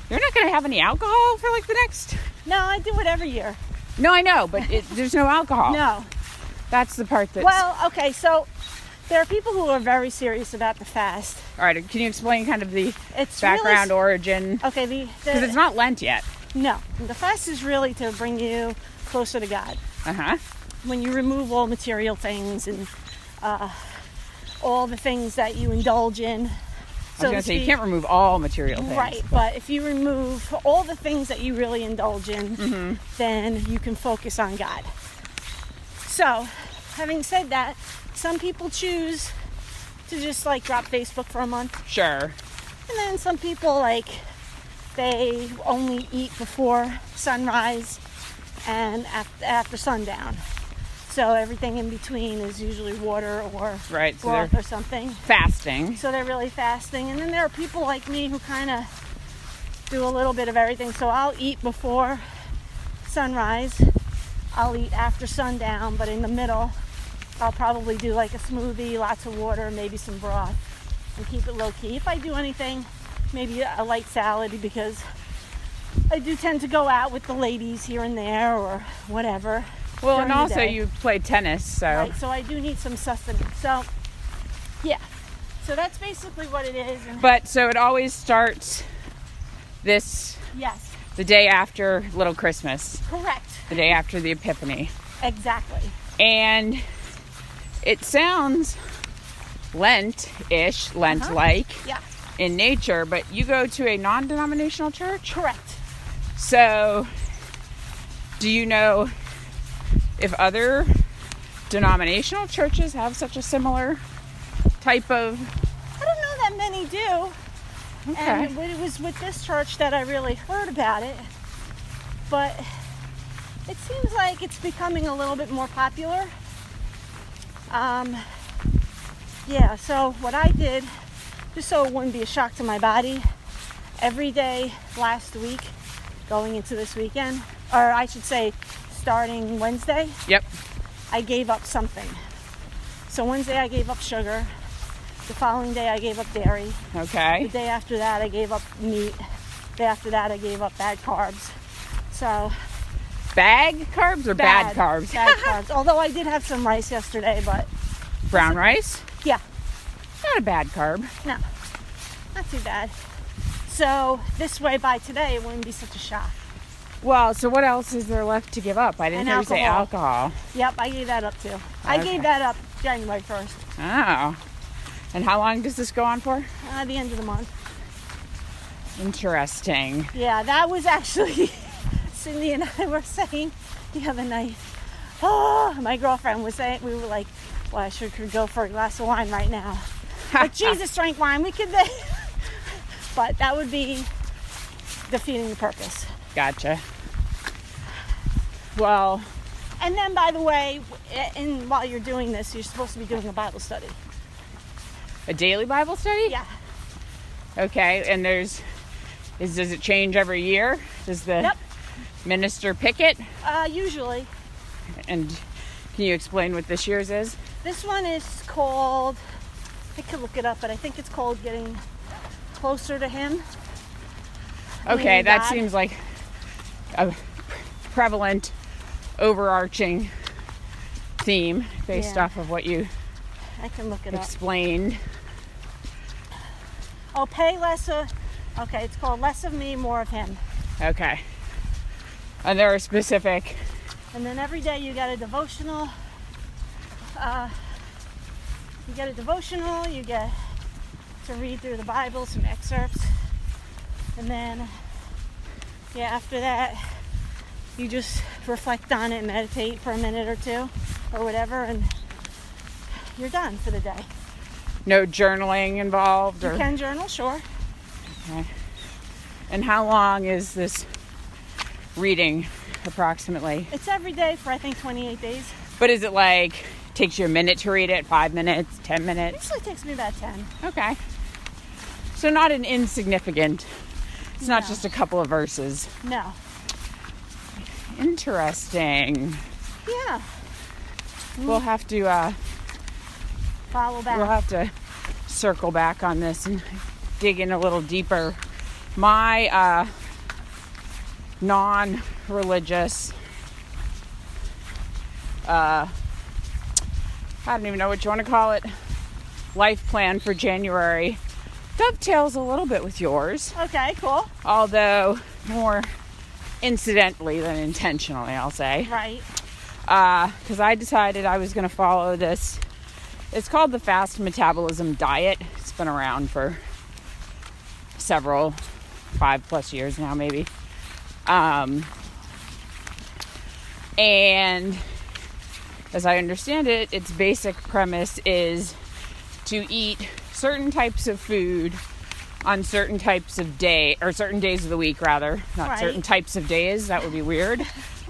[SPEAKER 3] you're not going to have any alcohol for like the next.
[SPEAKER 2] No, I do it every year.
[SPEAKER 3] No, I know, but it, there's no alcohol.
[SPEAKER 2] No,
[SPEAKER 3] that's the part that's.
[SPEAKER 2] well, okay, so there are people who are very serious about the fast.
[SPEAKER 3] all right. Can you explain kind of the
[SPEAKER 2] It's
[SPEAKER 3] background
[SPEAKER 2] really,
[SPEAKER 3] origin?
[SPEAKER 2] okay. The,
[SPEAKER 3] Because
[SPEAKER 2] the
[SPEAKER 3] it's not Lent yet.
[SPEAKER 2] no, the fast is really to bring you closer to God.
[SPEAKER 3] Uh huh.
[SPEAKER 2] when you remove all material things and uh, all the things that you indulge in.
[SPEAKER 3] I was going to say you can't remove all material things.
[SPEAKER 2] Right, but if you remove all the things that you really indulge in,
[SPEAKER 3] Mm-hmm.
[SPEAKER 2] then you can focus on God. So, having said that, some people choose to just like drop Facebook for a month,
[SPEAKER 3] Sure.
[SPEAKER 2] and then some people like they only eat before sunrise and after, after sundown. So everything in between is usually water or
[SPEAKER 3] Right, so
[SPEAKER 2] broth
[SPEAKER 3] they're-
[SPEAKER 2] or something.
[SPEAKER 3] Fasting.
[SPEAKER 2] So they're really fasting. And then there are people like me who kind of do a little bit of everything. So I'll eat before sunrise. I'll eat after sundown, but in the middle, I'll probably do like a smoothie, lots of water, maybe some broth, and keep it low key. If I do anything, maybe a light salad because I do tend to go out with the ladies here and there or whatever.
[SPEAKER 3] Well,
[SPEAKER 2] during
[SPEAKER 3] and
[SPEAKER 2] the
[SPEAKER 3] also
[SPEAKER 2] day.
[SPEAKER 3] you play tennis, so
[SPEAKER 2] Right, so I do need some sustenance. So, yeah. So that's basically what it is. And
[SPEAKER 3] But so it always starts this
[SPEAKER 2] yes,
[SPEAKER 3] the day after Little Christmas,
[SPEAKER 2] correct.
[SPEAKER 3] the day after the Epiphany.
[SPEAKER 2] Exactly.
[SPEAKER 3] And it sounds Lent ish, Lent like
[SPEAKER 2] Yeah,
[SPEAKER 3] in nature, but you go to a non denominational church.
[SPEAKER 2] correct.
[SPEAKER 3] So do you know if other denominational churches have such a similar type of.
[SPEAKER 2] I don't know that many do.
[SPEAKER 3] Okay.
[SPEAKER 2] And it was with this church that I really heard about it. But it seems like it's becoming a little bit more popular. Um, yeah, so what I did, just so it wouldn't be a shock to my body, every day last week, going into this weekend, or I should say starting Wednesday,
[SPEAKER 3] Yep.
[SPEAKER 2] I gave up something. So Wednesday I gave up sugar. The following day I gave up dairy.
[SPEAKER 3] Okay.
[SPEAKER 2] The day after that I gave up meat. The day after that I gave up bad carbs. So
[SPEAKER 3] Bag carbs or bad, carbs?
[SPEAKER 2] Bad
[SPEAKER 3] [LAUGHS]
[SPEAKER 2] carbs. Although I did have some rice yesterday, but
[SPEAKER 3] Brown rice?
[SPEAKER 2] yeah,
[SPEAKER 3] Not a bad carb.
[SPEAKER 2] no. Not too bad. So this way by today it wouldn't be such a shock.
[SPEAKER 3] Well, so what else is there left to give up? I didn't
[SPEAKER 2] And
[SPEAKER 3] hear you say alcohol.
[SPEAKER 2] Yep, I gave that up too. I
[SPEAKER 3] Okay.
[SPEAKER 2] gave that up January 1st,
[SPEAKER 3] Oh. And how long does this go on for?
[SPEAKER 2] uh, the end of the month.
[SPEAKER 3] Interesting.
[SPEAKER 2] Yeah, that was actually [LAUGHS] Cindy and I were saying the other night. Oh, my girlfriend was saying we were like, "Well, I sure could go for a glass of wine right now." But Jesus drank wine. We could, [LAUGHS] but that would be defeating the purpose.
[SPEAKER 3] Gotcha. Well,
[SPEAKER 2] And then, by the way, and while you're doing this, you're supposed to be doing a Bible study.
[SPEAKER 3] a daily Bible study?
[SPEAKER 2] Yeah.
[SPEAKER 3] Okay, and there's is does it change every year? Does the
[SPEAKER 2] Yep.
[SPEAKER 3] minister pick it?
[SPEAKER 2] Uh, usually,
[SPEAKER 3] And can you explain what this year's is?
[SPEAKER 2] this one is called. I could look it up, but I think it's called getting closer to Him.
[SPEAKER 3] Okay,
[SPEAKER 2] Meaning
[SPEAKER 3] that
[SPEAKER 2] Oh, God.
[SPEAKER 3] seems like a prevalent, overarching theme based
[SPEAKER 2] Yeah.
[SPEAKER 3] off of what you
[SPEAKER 2] I can look it up.
[SPEAKER 3] explained.
[SPEAKER 2] Oh, pay less of. Okay, it's called Less of Me, More of Him.
[SPEAKER 3] Okay. and there are specific
[SPEAKER 2] And then every day you got a devotional. Uh, you get a devotional, you get to read through the Bible, some excerpts. And then, yeah, after that, you just reflect on it and meditate for a minute or two or whatever, and you're done for the day.
[SPEAKER 3] no journaling involved
[SPEAKER 2] You
[SPEAKER 3] or
[SPEAKER 2] can journal, sure.
[SPEAKER 3] and how long is this reading approximately
[SPEAKER 2] It's every day for I think 28 days.
[SPEAKER 3] but is it like takes you a minute to read it five minutes ten minutes
[SPEAKER 2] Usually takes me about 10.
[SPEAKER 3] okay so not an insignificant it's not
[SPEAKER 2] No.
[SPEAKER 3] just a couple of verses
[SPEAKER 2] No.
[SPEAKER 3] interesting
[SPEAKER 2] Yeah.
[SPEAKER 3] we'll have to uh
[SPEAKER 2] Follow back.
[SPEAKER 3] We'll have to circle back on this and dig in a little deeper. My uh, non religious, uh, I don't even know what you want to call it, life plan for January dovetails a little bit with yours,
[SPEAKER 2] Okay, cool.
[SPEAKER 3] although more incidentally than intentionally, I'll say
[SPEAKER 2] Right.
[SPEAKER 3] because I decided I was going to follow this. It's called the fast metabolism diet. It's been around for several, five plus years now, maybe. Um, and as I understand it, its basic premise is to eat certain types of food on certain types of day or certain days of the week, rather, not
[SPEAKER 2] Right.
[SPEAKER 3] certain types of days. That would be weird.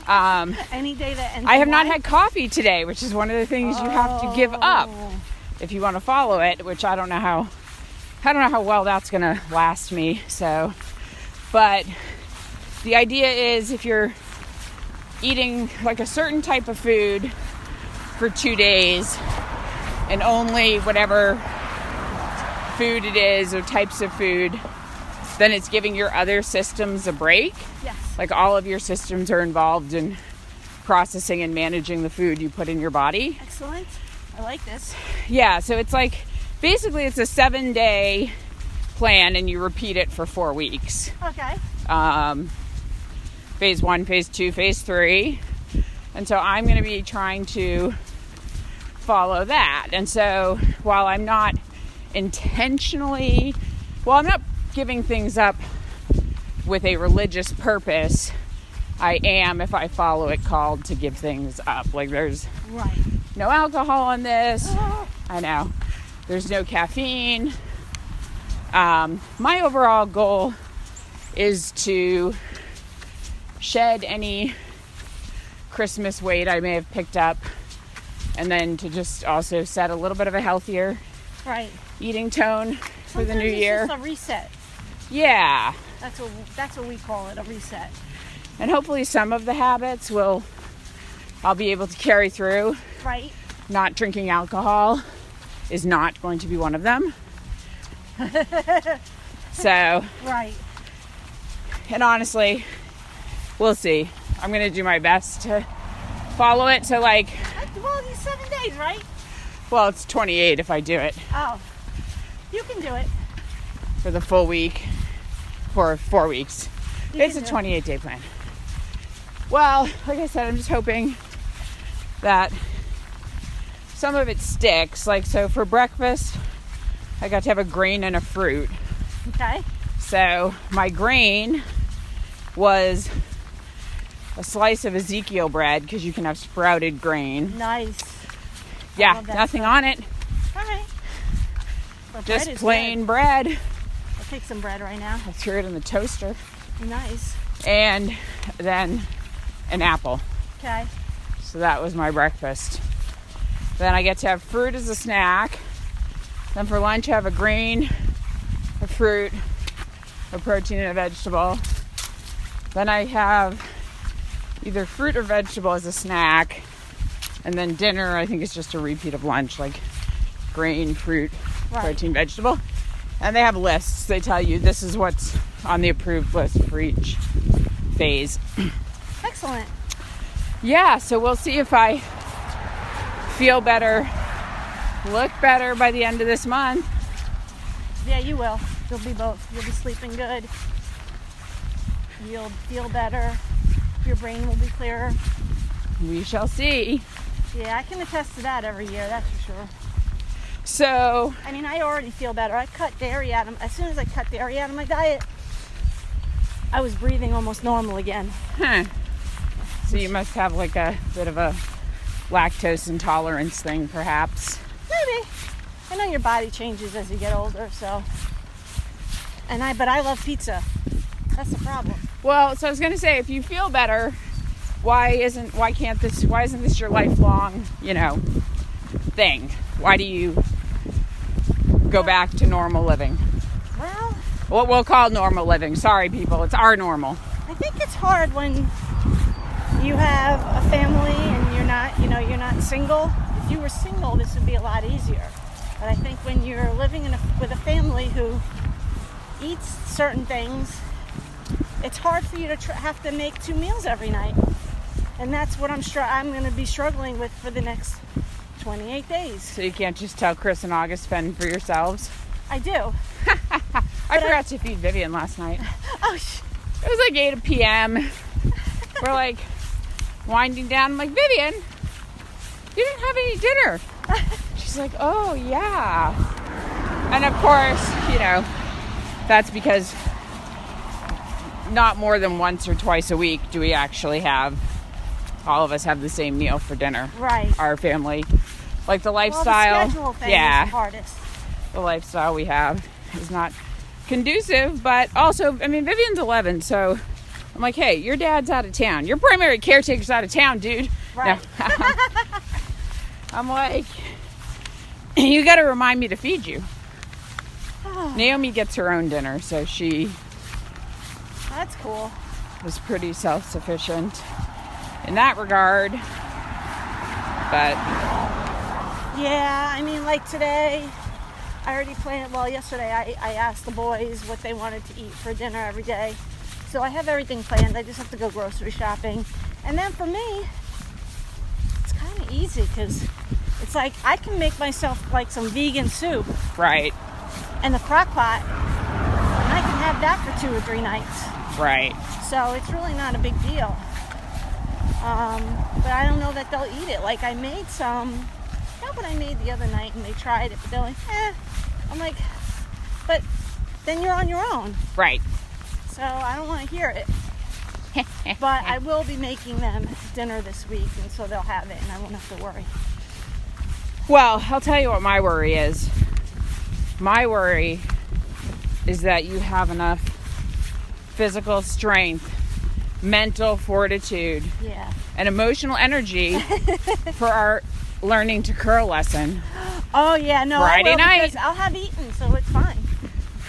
[SPEAKER 3] Um,
[SPEAKER 2] Any day that ends.
[SPEAKER 3] I have
[SPEAKER 2] in
[SPEAKER 3] not
[SPEAKER 2] Y.
[SPEAKER 3] had coffee today, which is one of the things you have to give up
[SPEAKER 2] Oh.
[SPEAKER 3] if you want to follow it, which I don't know how I don't know how well that's going to last me. So, but the idea is if you're eating like a certain type of food for 2 days and only whatever food it is or types of food, then it's giving your other systems a break
[SPEAKER 2] Yes.
[SPEAKER 3] like all of your systems are involved in processing and managing the food you put in your body.
[SPEAKER 2] Excellent. I like this.
[SPEAKER 3] Yeah, so it's like basically it's a 7-day plan and you repeat it for 4 weeks.
[SPEAKER 2] Okay.
[SPEAKER 3] Um phase 1, phase 2, phase 3. And so I'm going to be trying to follow that. And so while I'm not intentionally well, I'm not giving things up with a religious purpose. I am, if I follow it, called to give things up. Like there's
[SPEAKER 2] Right.
[SPEAKER 3] no alcohol in this.
[SPEAKER 2] Oh,
[SPEAKER 3] I know. There's no caffeine. Um, my overall goal is to shed any Christmas weight I may have picked up and then to just also set a little bit of a healthier
[SPEAKER 2] right.
[SPEAKER 3] eating tone for the
[SPEAKER 2] Sometimes
[SPEAKER 3] new
[SPEAKER 2] it's
[SPEAKER 3] year.
[SPEAKER 2] Just a reset.
[SPEAKER 3] yeah.
[SPEAKER 2] That's what that's what we call it, a reset.
[SPEAKER 3] and hopefully some of the habits will I'll be able to carry through.
[SPEAKER 2] Right.
[SPEAKER 3] Not drinking alcohol is not going to be one of them. [LAUGHS] so,
[SPEAKER 2] Right.
[SPEAKER 3] and honestly, we'll see. I'm going to do my best to follow it to like,
[SPEAKER 2] That's- Well, these seven days, right?
[SPEAKER 3] well, it's 28 if I do it
[SPEAKER 2] Oh, you can do it.
[SPEAKER 3] for the full week for 4 weeks.
[SPEAKER 2] You
[SPEAKER 3] it's
[SPEAKER 2] can do
[SPEAKER 3] a
[SPEAKER 2] it.
[SPEAKER 3] 28 day plan. Well, like I said, I'm just hoping that some of it sticks. Like, so for breakfast, I got to have a grain and a fruit.
[SPEAKER 2] Okay.
[SPEAKER 3] So my grain was a slice of Ezekiel bread because you can have sprouted grain.
[SPEAKER 2] Nice.
[SPEAKER 3] Yeah,
[SPEAKER 2] love that
[SPEAKER 3] nothing on it,
[SPEAKER 2] All right. But bread
[SPEAKER 3] just
[SPEAKER 2] is
[SPEAKER 3] plain
[SPEAKER 2] Good.
[SPEAKER 3] bread.
[SPEAKER 2] I'll take some bread right now.
[SPEAKER 3] I threw it in the toaster.
[SPEAKER 2] Nice.
[SPEAKER 3] And then an apple.
[SPEAKER 2] Okay.
[SPEAKER 3] So that was my breakfast. Then I get to have fruit as a snack. Then for lunch, I have a grain, a fruit, a protein, and a vegetable. Then I have either fruit or vegetable as a snack. And then dinner, I think, is just a repeat of lunch like grain, fruit,
[SPEAKER 2] Right.
[SPEAKER 3] protein, vegetable. And they have lists. They tell you this is what's on the approved list for each phase.
[SPEAKER 2] Excellent.
[SPEAKER 3] Yeah, so we'll see if I feel better, look better by the end of this month.
[SPEAKER 2] Yeah, you will. You'll be both. You'll be sleeping good. You'll feel better. your brain will be clearer.
[SPEAKER 3] We shall see.
[SPEAKER 2] Yeah, I can attest to that every year, that's for sure.
[SPEAKER 3] So,
[SPEAKER 2] I mean, I already feel better. I cut dairy out of as soon as I cut dairy out of my diet, I was breathing almost normal again.
[SPEAKER 3] huh. So you must have like a bit of a lactose intolerance thing, perhaps.
[SPEAKER 2] Maybe. I know your body changes as you get older, so. And I, but I love pizza. That's the problem.
[SPEAKER 3] Well, so I was gonna say, if you feel better, why isn't why can't this why isn't this your lifelong you know thing? Why do you go back to normal living?
[SPEAKER 2] Well,
[SPEAKER 3] What we'll call normal living. Sorry, people, it's our normal.
[SPEAKER 2] I think it's hard when you have a family and you're not, you know, you're not single. If you were single, this would be a lot easier. But I think when you're living in a, with a family who eats certain things, it's hard for you to tr- have to make two meals every night. And that's what I'm sure I'm going to be struggling with for the next 28 days.
[SPEAKER 3] So you can't just tell Chris and August fend for yourselves.
[SPEAKER 2] I do. [LAUGHS]
[SPEAKER 3] I forgot to feed Vivian last night.
[SPEAKER 2] Oh, sh-
[SPEAKER 3] It was like 8 p.m. We're like winding down. I'm like, Vivian, you didn't have any dinner. She's like, oh, yeah. And of course, you know, that's because not more than once or twice a week do we actually have, all of us have the same meal for dinner.
[SPEAKER 2] right.
[SPEAKER 3] Our family, like the
[SPEAKER 2] Well,
[SPEAKER 3] lifestyle.
[SPEAKER 2] the schedule thing
[SPEAKER 3] yeah
[SPEAKER 2] is the hardest.
[SPEAKER 3] the lifestyle we have is not conducive. But also, I mean, Vivian's 11, so I'm like, hey, your dad's out of town. Your primary caretaker's out of town, dude. No.
[SPEAKER 2] Right.
[SPEAKER 3] [LAUGHS] I'm like, you got to remind me to feed you. Naomi gets her own dinner, so she
[SPEAKER 2] That's cool.
[SPEAKER 3] was pretty self sufficient in that regard. But
[SPEAKER 2] Yeah, I mean, like today, I already planned. Well, yesterday I, I asked the boys what they wanted to eat for dinner every day. So I have everything planned. I just have to go grocery shopping. And then for me, it's kind of easy because it's like I can make myself like some vegan soup
[SPEAKER 3] right,
[SPEAKER 2] in the crock pot. And I can have that for two or three nights.
[SPEAKER 3] right.
[SPEAKER 2] So it's really not a big deal. Um, but I don't know that they'll eat it. Like I made some, not what I made the other night, and they tried it, but they're like, eh. I'm like, but then you're on your own,
[SPEAKER 3] Right.
[SPEAKER 2] so I don't want to hear
[SPEAKER 3] [LAUGHS]
[SPEAKER 2] it. but I will be making them dinner this week, and so they'll have it, and I won't have to worry.
[SPEAKER 3] Well, I'll tell you what my worry is. My worry is that you have enough physical strength, mental fortitude,
[SPEAKER 2] Yeah.
[SPEAKER 3] and emotional
[SPEAKER 2] [LAUGHS]
[SPEAKER 3] energy for our learning to curl lesson
[SPEAKER 2] Oh yeah, no. I
[SPEAKER 3] Friday
[SPEAKER 2] will
[SPEAKER 3] night.
[SPEAKER 2] because I'll have eaten, so it's fine.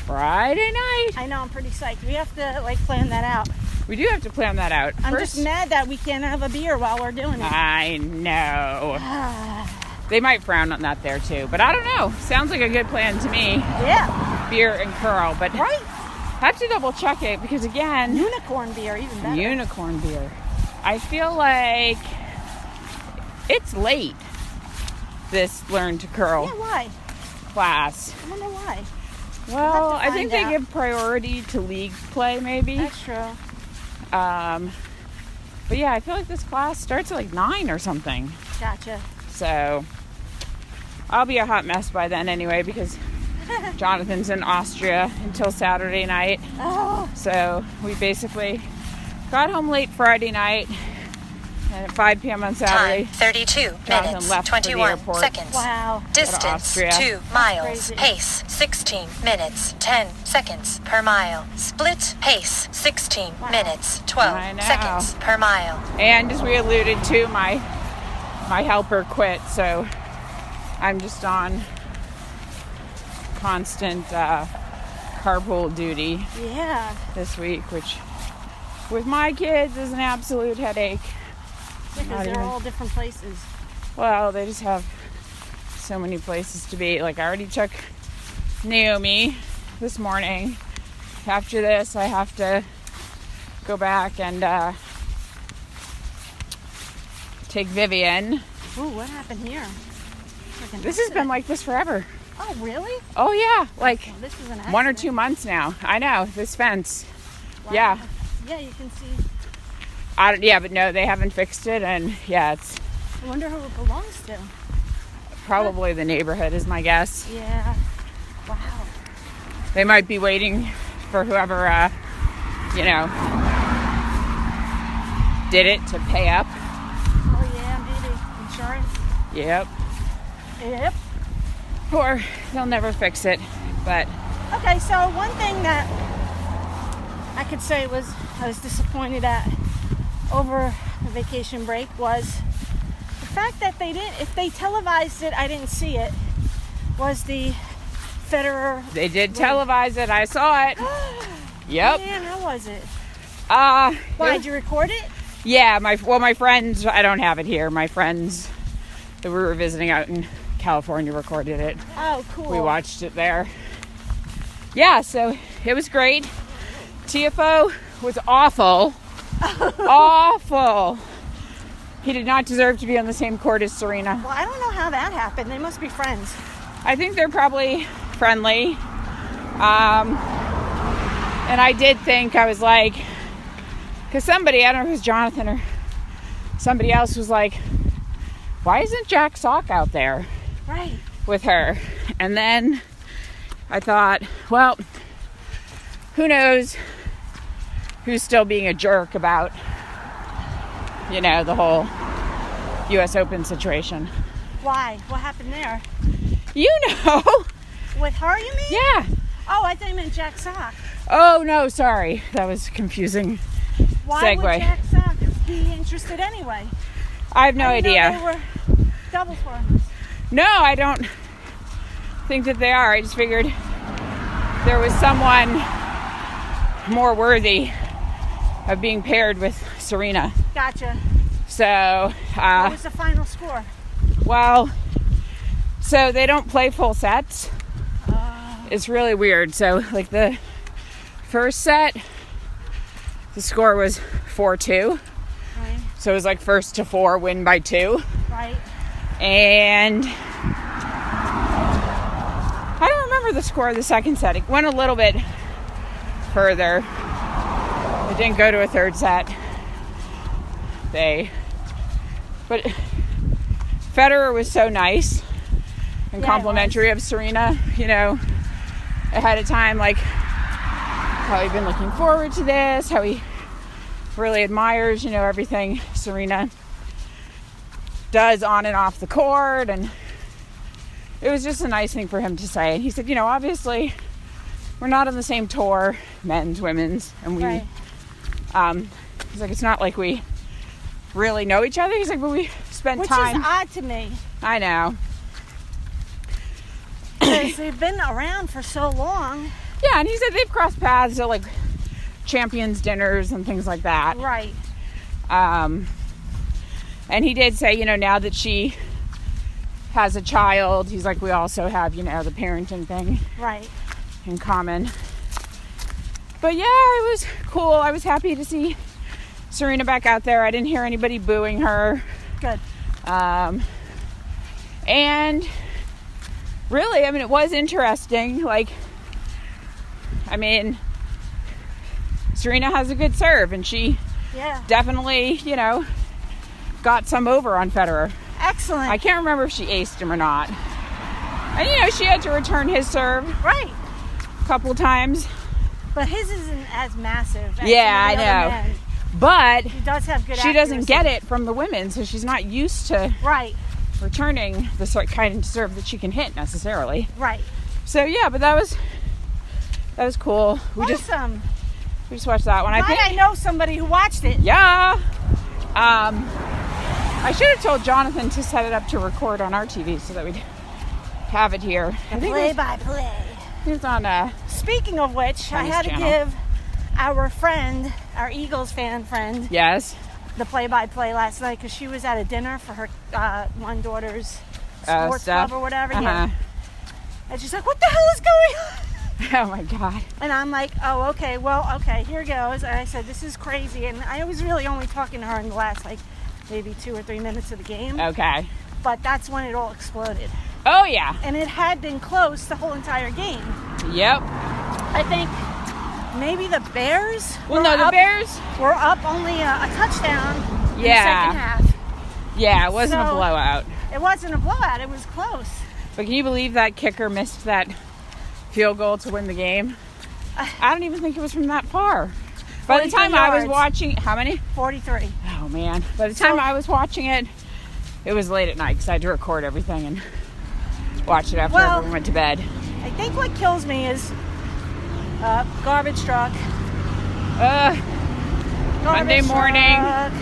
[SPEAKER 3] Friday night.
[SPEAKER 2] I know I'm pretty psyched. We have to like plan that out.
[SPEAKER 3] We do have to plan that out.
[SPEAKER 2] I'm
[SPEAKER 3] First,
[SPEAKER 2] just mad that we can't have a beer while we're doing it. [SIGHS]
[SPEAKER 3] I know. They might frown on that there too, but I don't know. Sounds like a good plan to me.
[SPEAKER 2] Yeah.
[SPEAKER 3] Beer and curl, but I
[SPEAKER 2] Right.
[SPEAKER 3] have to double check it because again,
[SPEAKER 2] unicorn beer even better.
[SPEAKER 3] Unicorn beer. I feel like it's late. This learn to curl
[SPEAKER 2] yeah, why?
[SPEAKER 3] class.
[SPEAKER 2] I wonder why.
[SPEAKER 3] Well, I
[SPEAKER 2] find
[SPEAKER 3] think
[SPEAKER 2] out.
[SPEAKER 3] they give priority to league play, maybe.
[SPEAKER 2] That's true.
[SPEAKER 3] Um, but yeah, I feel like this class starts at like nine or something.
[SPEAKER 2] Gotcha.
[SPEAKER 3] So I'll be a hot mess by then,
[SPEAKER 2] [LAUGHS]
[SPEAKER 3] anyway, because Jonathan's in Austria until Saturday night.
[SPEAKER 2] Oh,
[SPEAKER 3] So we basically got home late Friday night, and at 5 p.m. on Saturday.
[SPEAKER 4] Time 32
[SPEAKER 3] Jonathan
[SPEAKER 4] minutes
[SPEAKER 3] left for the
[SPEAKER 4] 21
[SPEAKER 3] airport.
[SPEAKER 4] seconds.
[SPEAKER 2] wow.
[SPEAKER 4] Distance
[SPEAKER 3] Austria.
[SPEAKER 4] 2 miles.
[SPEAKER 2] crazy.
[SPEAKER 4] Pace 16 minutes 10 seconds per mile. Split pace 16 minutes
[SPEAKER 3] I know.
[SPEAKER 4] 12 seconds per mile.
[SPEAKER 3] And as we alluded to, my my helper quit, so I'm just on constant uh, carpool duty
[SPEAKER 2] Yeah.
[SPEAKER 3] this week, which with my kids is an absolute headache.
[SPEAKER 2] Because they're
[SPEAKER 3] even-
[SPEAKER 2] all different places.
[SPEAKER 3] Well, they just have so many places to be. Like I already took Naomi this morning. After this, I have to go back and uh, take Vivian.
[SPEAKER 2] Ooh, what happened here? Like an
[SPEAKER 3] This has
[SPEAKER 2] accident.
[SPEAKER 3] been like this forever.
[SPEAKER 2] Oh, really?
[SPEAKER 3] Oh yeah, like
[SPEAKER 2] Oh, this is an
[SPEAKER 3] one or two
[SPEAKER 2] accident.
[SPEAKER 3] months now. I know this fence.
[SPEAKER 2] Wow.
[SPEAKER 3] Yeah,
[SPEAKER 2] Yeah, you can see.
[SPEAKER 3] I don't, yeah, but no, they haven't fixed it, and yeah, it's
[SPEAKER 2] I wonder who it belongs to.
[SPEAKER 3] probably the neighborhood is my guess.
[SPEAKER 2] Yeah. Wow.
[SPEAKER 3] They might be waiting for whoever, uh, you know, did it to pay up.
[SPEAKER 2] Oh yeah, maybe insurance.
[SPEAKER 3] Yep.
[SPEAKER 2] Yep.
[SPEAKER 3] Or they'll never fix it. But
[SPEAKER 2] Okay, so one thing that I could say was I was disappointed at over the vacation break was the fact that they didn't. If they televised it, I didn't see it. Was the Federer? [GASPS]
[SPEAKER 3] they did televise it. I saw it. Yep.
[SPEAKER 2] Man, how was it?
[SPEAKER 3] Uh,
[SPEAKER 2] Why did you record it?
[SPEAKER 3] Yeah, my well, my friends. I don't have it here. My friends that we were visiting out in California recorded it.
[SPEAKER 2] Oh, cool.
[SPEAKER 3] We watched it there. Yeah, so it was great. TFO was awful, awful. He did not deserve to be on the same court as Serena.
[SPEAKER 2] Well, I don't know how that happened. They must be friends.
[SPEAKER 3] I think they're probably friendly. Um, and I did think, I was like, because somebody, I don't know if it was Jonathan or somebody else, was like, why isn't Jack Sock out there
[SPEAKER 2] Right.
[SPEAKER 3] with her? And then I thought, well, who knows who's still being a jerk about, you know, the whole US Open situation.
[SPEAKER 2] Why? What happened there?
[SPEAKER 3] You [LAUGHS] know,
[SPEAKER 2] With her, you mean?
[SPEAKER 3] yeah.
[SPEAKER 2] Oh, I thought you meant Jack Sock.
[SPEAKER 3] Oh no, sorry. That was confusing.
[SPEAKER 2] Why
[SPEAKER 3] Segue.
[SPEAKER 2] would Jack Sock be interested anyway?
[SPEAKER 3] I have no
[SPEAKER 2] I didn't know
[SPEAKER 3] idea.
[SPEAKER 2] they were double foreigners.
[SPEAKER 3] No, I don't think that they are. I just figured there was someone more worthy of being paired with Serena.
[SPEAKER 2] Gotcha.
[SPEAKER 3] So,
[SPEAKER 2] What
[SPEAKER 3] uh,
[SPEAKER 2] was the final score?
[SPEAKER 3] well, so they don't play full sets.
[SPEAKER 2] Uh.
[SPEAKER 3] It's really weird. So, like the first set, the score was 4 2.
[SPEAKER 2] Right.
[SPEAKER 3] So it was like first to four, win by two.
[SPEAKER 2] Right.
[SPEAKER 3] and I don't remember the score of the second set. It went a little bit further. It didn't go to a third set. They, but Federer was so nice and
[SPEAKER 2] Yeah, he
[SPEAKER 3] complimentary of Serena. You know, ahead of time, like how he'd been looking forward to this, how he really admires, you know, everything Serena does on and off the court and it was just a nice thing for him to say and he said you know obviously we're not on the same tour men's women's and we
[SPEAKER 2] Right.
[SPEAKER 3] um he's like it's not like we really know each other he's like but we spend
[SPEAKER 2] Which
[SPEAKER 3] time
[SPEAKER 2] is odd to me
[SPEAKER 3] i know
[SPEAKER 2] because they've been around for so long.
[SPEAKER 3] yeah and he said they've crossed paths at like champions dinners and things like that
[SPEAKER 2] Right.
[SPEAKER 3] Um, and he did say, you know, now that she has a child, he's like, we also have, you know, the parenting thing
[SPEAKER 2] Right.
[SPEAKER 3] in common. But yeah, it was cool. I was happy to see Serena back out there. I didn't hear anybody booing her.
[SPEAKER 2] Good.
[SPEAKER 3] Um, and really, I mean, it was interesting. Like, I mean, Serena has a good serve and she
[SPEAKER 2] Yeah.
[SPEAKER 3] definitely, you know, got some over on Federer.
[SPEAKER 2] Excellent.
[SPEAKER 3] I can't remember if she aced him or not. And you know, she had to return his serve
[SPEAKER 2] right.
[SPEAKER 3] a couple times,
[SPEAKER 2] But his isn't as massive. As
[SPEAKER 3] Yeah,
[SPEAKER 2] some of the
[SPEAKER 3] I
[SPEAKER 2] other
[SPEAKER 3] know.
[SPEAKER 2] men.
[SPEAKER 3] but
[SPEAKER 2] He does have good.
[SPEAKER 3] she doesn't
[SPEAKER 2] accuracy.
[SPEAKER 3] get it from the women, so she's not used to
[SPEAKER 2] Right.
[SPEAKER 3] returning the sort kind of serve that she can hit necessarily.
[SPEAKER 2] Right.
[SPEAKER 3] So yeah, but that was that was cool. We just
[SPEAKER 2] awesome.
[SPEAKER 3] we just watched that one. I
[SPEAKER 2] Glad
[SPEAKER 3] think
[SPEAKER 2] I know somebody who watched it.
[SPEAKER 3] yeah. Um, I should have told Jonathan to set it up to record on our TV so that we'd have it here. I think
[SPEAKER 2] Play by play.
[SPEAKER 3] It's on uh
[SPEAKER 2] Speaking of which,
[SPEAKER 3] Tennis
[SPEAKER 2] I had
[SPEAKER 3] channel.
[SPEAKER 2] to give our friend, our Eagles fan friend,
[SPEAKER 3] yes.
[SPEAKER 2] the play-by-play last night because she was at a dinner for her uh, one daughter's
[SPEAKER 3] Uh,
[SPEAKER 2] sports
[SPEAKER 3] stuff.
[SPEAKER 2] club or whatever.
[SPEAKER 3] Uh-huh. [LAUGHS]
[SPEAKER 2] Yeah. And she's like, "What the hell is going on?"
[SPEAKER 3] Oh my god.
[SPEAKER 2] And I'm like, "Oh, okay. Well, okay. Here goes." And I said, "This is crazy." And I was really only talking to her in the last like maybe two or three minutes of the game,
[SPEAKER 3] Okay.
[SPEAKER 2] but that's when it all exploded.
[SPEAKER 3] Oh yeah.
[SPEAKER 2] And it had been close the whole entire game.
[SPEAKER 3] Yep.
[SPEAKER 2] I think maybe the Bears.
[SPEAKER 3] Well,
[SPEAKER 2] were
[SPEAKER 3] no, the
[SPEAKER 2] up-
[SPEAKER 3] Bears.
[SPEAKER 2] were up only a, a touchdown in the
[SPEAKER 3] Yeah.
[SPEAKER 2] second half.
[SPEAKER 3] Yeah, it wasn't a
[SPEAKER 2] So-
[SPEAKER 3] blowout.
[SPEAKER 2] It wasn't a blowout. It was close.
[SPEAKER 3] But can you believe that kicker missed that field goal to win the game? I don't even think it was from that far. By the
[SPEAKER 2] 43
[SPEAKER 3] time I was
[SPEAKER 2] yards.
[SPEAKER 3] watching, how many?
[SPEAKER 2] 43.
[SPEAKER 3] Oh man! By the time I was watching it, it was late at night because I had to record everything and watch it after
[SPEAKER 2] Well-
[SPEAKER 3] everyone went to bed.
[SPEAKER 2] I think what kills me is uh, garbage truck.
[SPEAKER 3] Uh,
[SPEAKER 2] Garbage
[SPEAKER 3] Monday morning.
[SPEAKER 2] truck.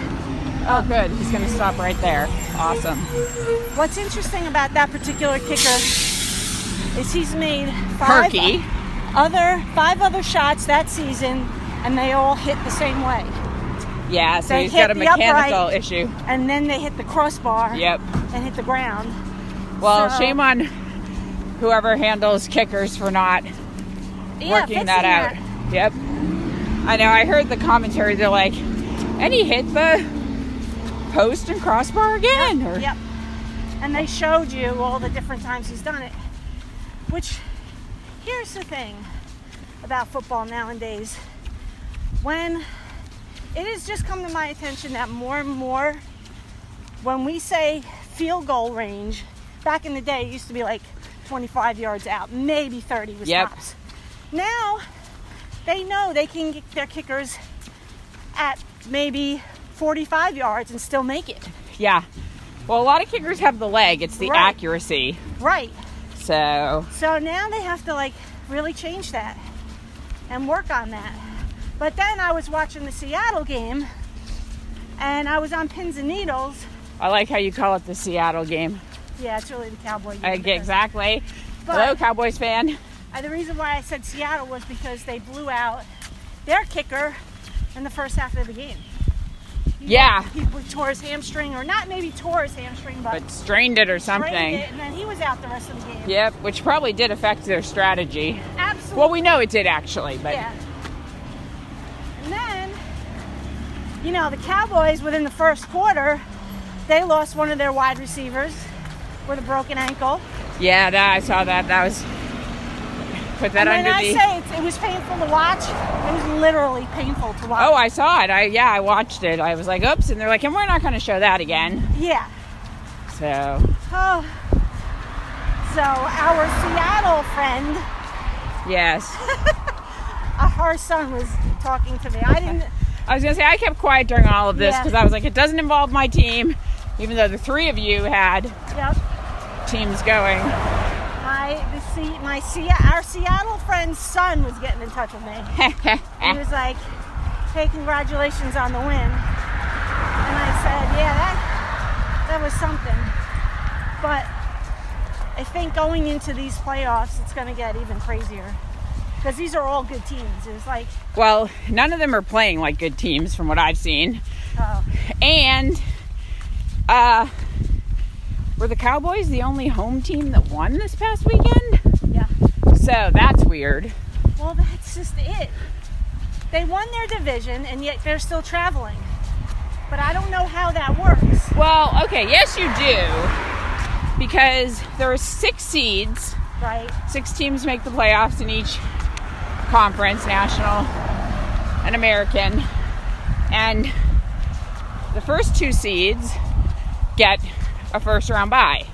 [SPEAKER 3] oh, good. He's gonna stop right there. Awesome.
[SPEAKER 2] What's interesting about that particular kicker is he's made five
[SPEAKER 3] Perky.
[SPEAKER 2] other five other shots that season, and they all hit the same way.
[SPEAKER 3] Yeah, so
[SPEAKER 2] They
[SPEAKER 3] he's
[SPEAKER 2] hit
[SPEAKER 3] got a
[SPEAKER 2] the upright.
[SPEAKER 3] mechanical issue.
[SPEAKER 2] And then they hit the crossbar
[SPEAKER 3] Yep.
[SPEAKER 2] and hit the ground.
[SPEAKER 3] Well,
[SPEAKER 2] So-
[SPEAKER 3] shame on whoever handles kickers for not working that out. Yep. I know. I heard the commentary. They're like, and he hit the post and crossbar again. or-
[SPEAKER 2] Yep. And they showed you all the different times he's done it. Which, here's the thing about football nowadays. When it has just come to my attention that more and more, when we say field goal range, back in the day it used to be like 25 yards out, maybe 30 was
[SPEAKER 3] Yep.
[SPEAKER 2] tops. Now they know they can get their kickers at maybe 45 yards and still make it.
[SPEAKER 3] Yeah. Well, a lot of kickers have the leg. It's the
[SPEAKER 2] Right.
[SPEAKER 3] accuracy.
[SPEAKER 2] Right.
[SPEAKER 3] So
[SPEAKER 2] So now they have to like really change that and work on that. But then I was watching the Seattle game and I was on pins and needles.
[SPEAKER 3] I like how you call it the Seattle game.
[SPEAKER 2] Yeah, it's really the Cowboy game.
[SPEAKER 3] I, exactly.
[SPEAKER 2] But-
[SPEAKER 3] Hello, Cowboys fan.
[SPEAKER 2] Uh, the reason why I said Seattle was because they blew out their kicker in the first half of the game.
[SPEAKER 3] Yeah.
[SPEAKER 2] He tore his hamstring, or not maybe tore his hamstring, but,
[SPEAKER 3] But strained it or
[SPEAKER 2] sprained
[SPEAKER 3] something.
[SPEAKER 2] it, and then he was out the rest of the game.
[SPEAKER 3] Yep, which probably did affect their strategy.
[SPEAKER 2] Absolutely.
[SPEAKER 3] Well, we know it did actually, but
[SPEAKER 2] Yeah. And then, you know, the Cowboys within the first quarter, they lost one of their wide receivers with a broken ankle.
[SPEAKER 3] yeah, that, I saw that. That was put that
[SPEAKER 2] and
[SPEAKER 3] under
[SPEAKER 2] when I
[SPEAKER 3] the.
[SPEAKER 2] say it's, it was painful to watch, it was literally painful to watch.
[SPEAKER 3] oh, I saw it. I yeah, I watched it. I was like, oops, and they're like, and we're not going to show that again.
[SPEAKER 2] yeah.
[SPEAKER 3] So
[SPEAKER 2] Oh. So our Seattle friend,
[SPEAKER 3] yes,
[SPEAKER 2] uh, her son was talking to me. I didn't.
[SPEAKER 3] I was going to say I kept quiet during all of this
[SPEAKER 2] Yeah.
[SPEAKER 3] because I was like, it doesn't involve my team, even though the three of you had
[SPEAKER 2] Yep.
[SPEAKER 3] teams going. [LAUGHS]
[SPEAKER 2] My the Se- my Se- our Seattle friend's son was getting in touch with me. He was like, "Hey, congratulations on the win." And I said, "Yeah, that that was something." But I think going into these playoffs, it's going to get even crazier because these are all good teams. It was like,
[SPEAKER 3] well, none of them are playing like good teams from what I've seen,
[SPEAKER 2] oh,
[SPEAKER 3] and uh, were the Cowboys the only home team that won this past weekend?
[SPEAKER 2] yeah.
[SPEAKER 3] So that's weird.
[SPEAKER 2] Well, that's just it. They won their division, and yet they're still traveling. But I don't know how that works.
[SPEAKER 3] Well, okay, yes, you do. Because there are six seeds,
[SPEAKER 2] Right?
[SPEAKER 3] six teams make the playoffs in each conference national and American. And the first two seeds get a first round bye.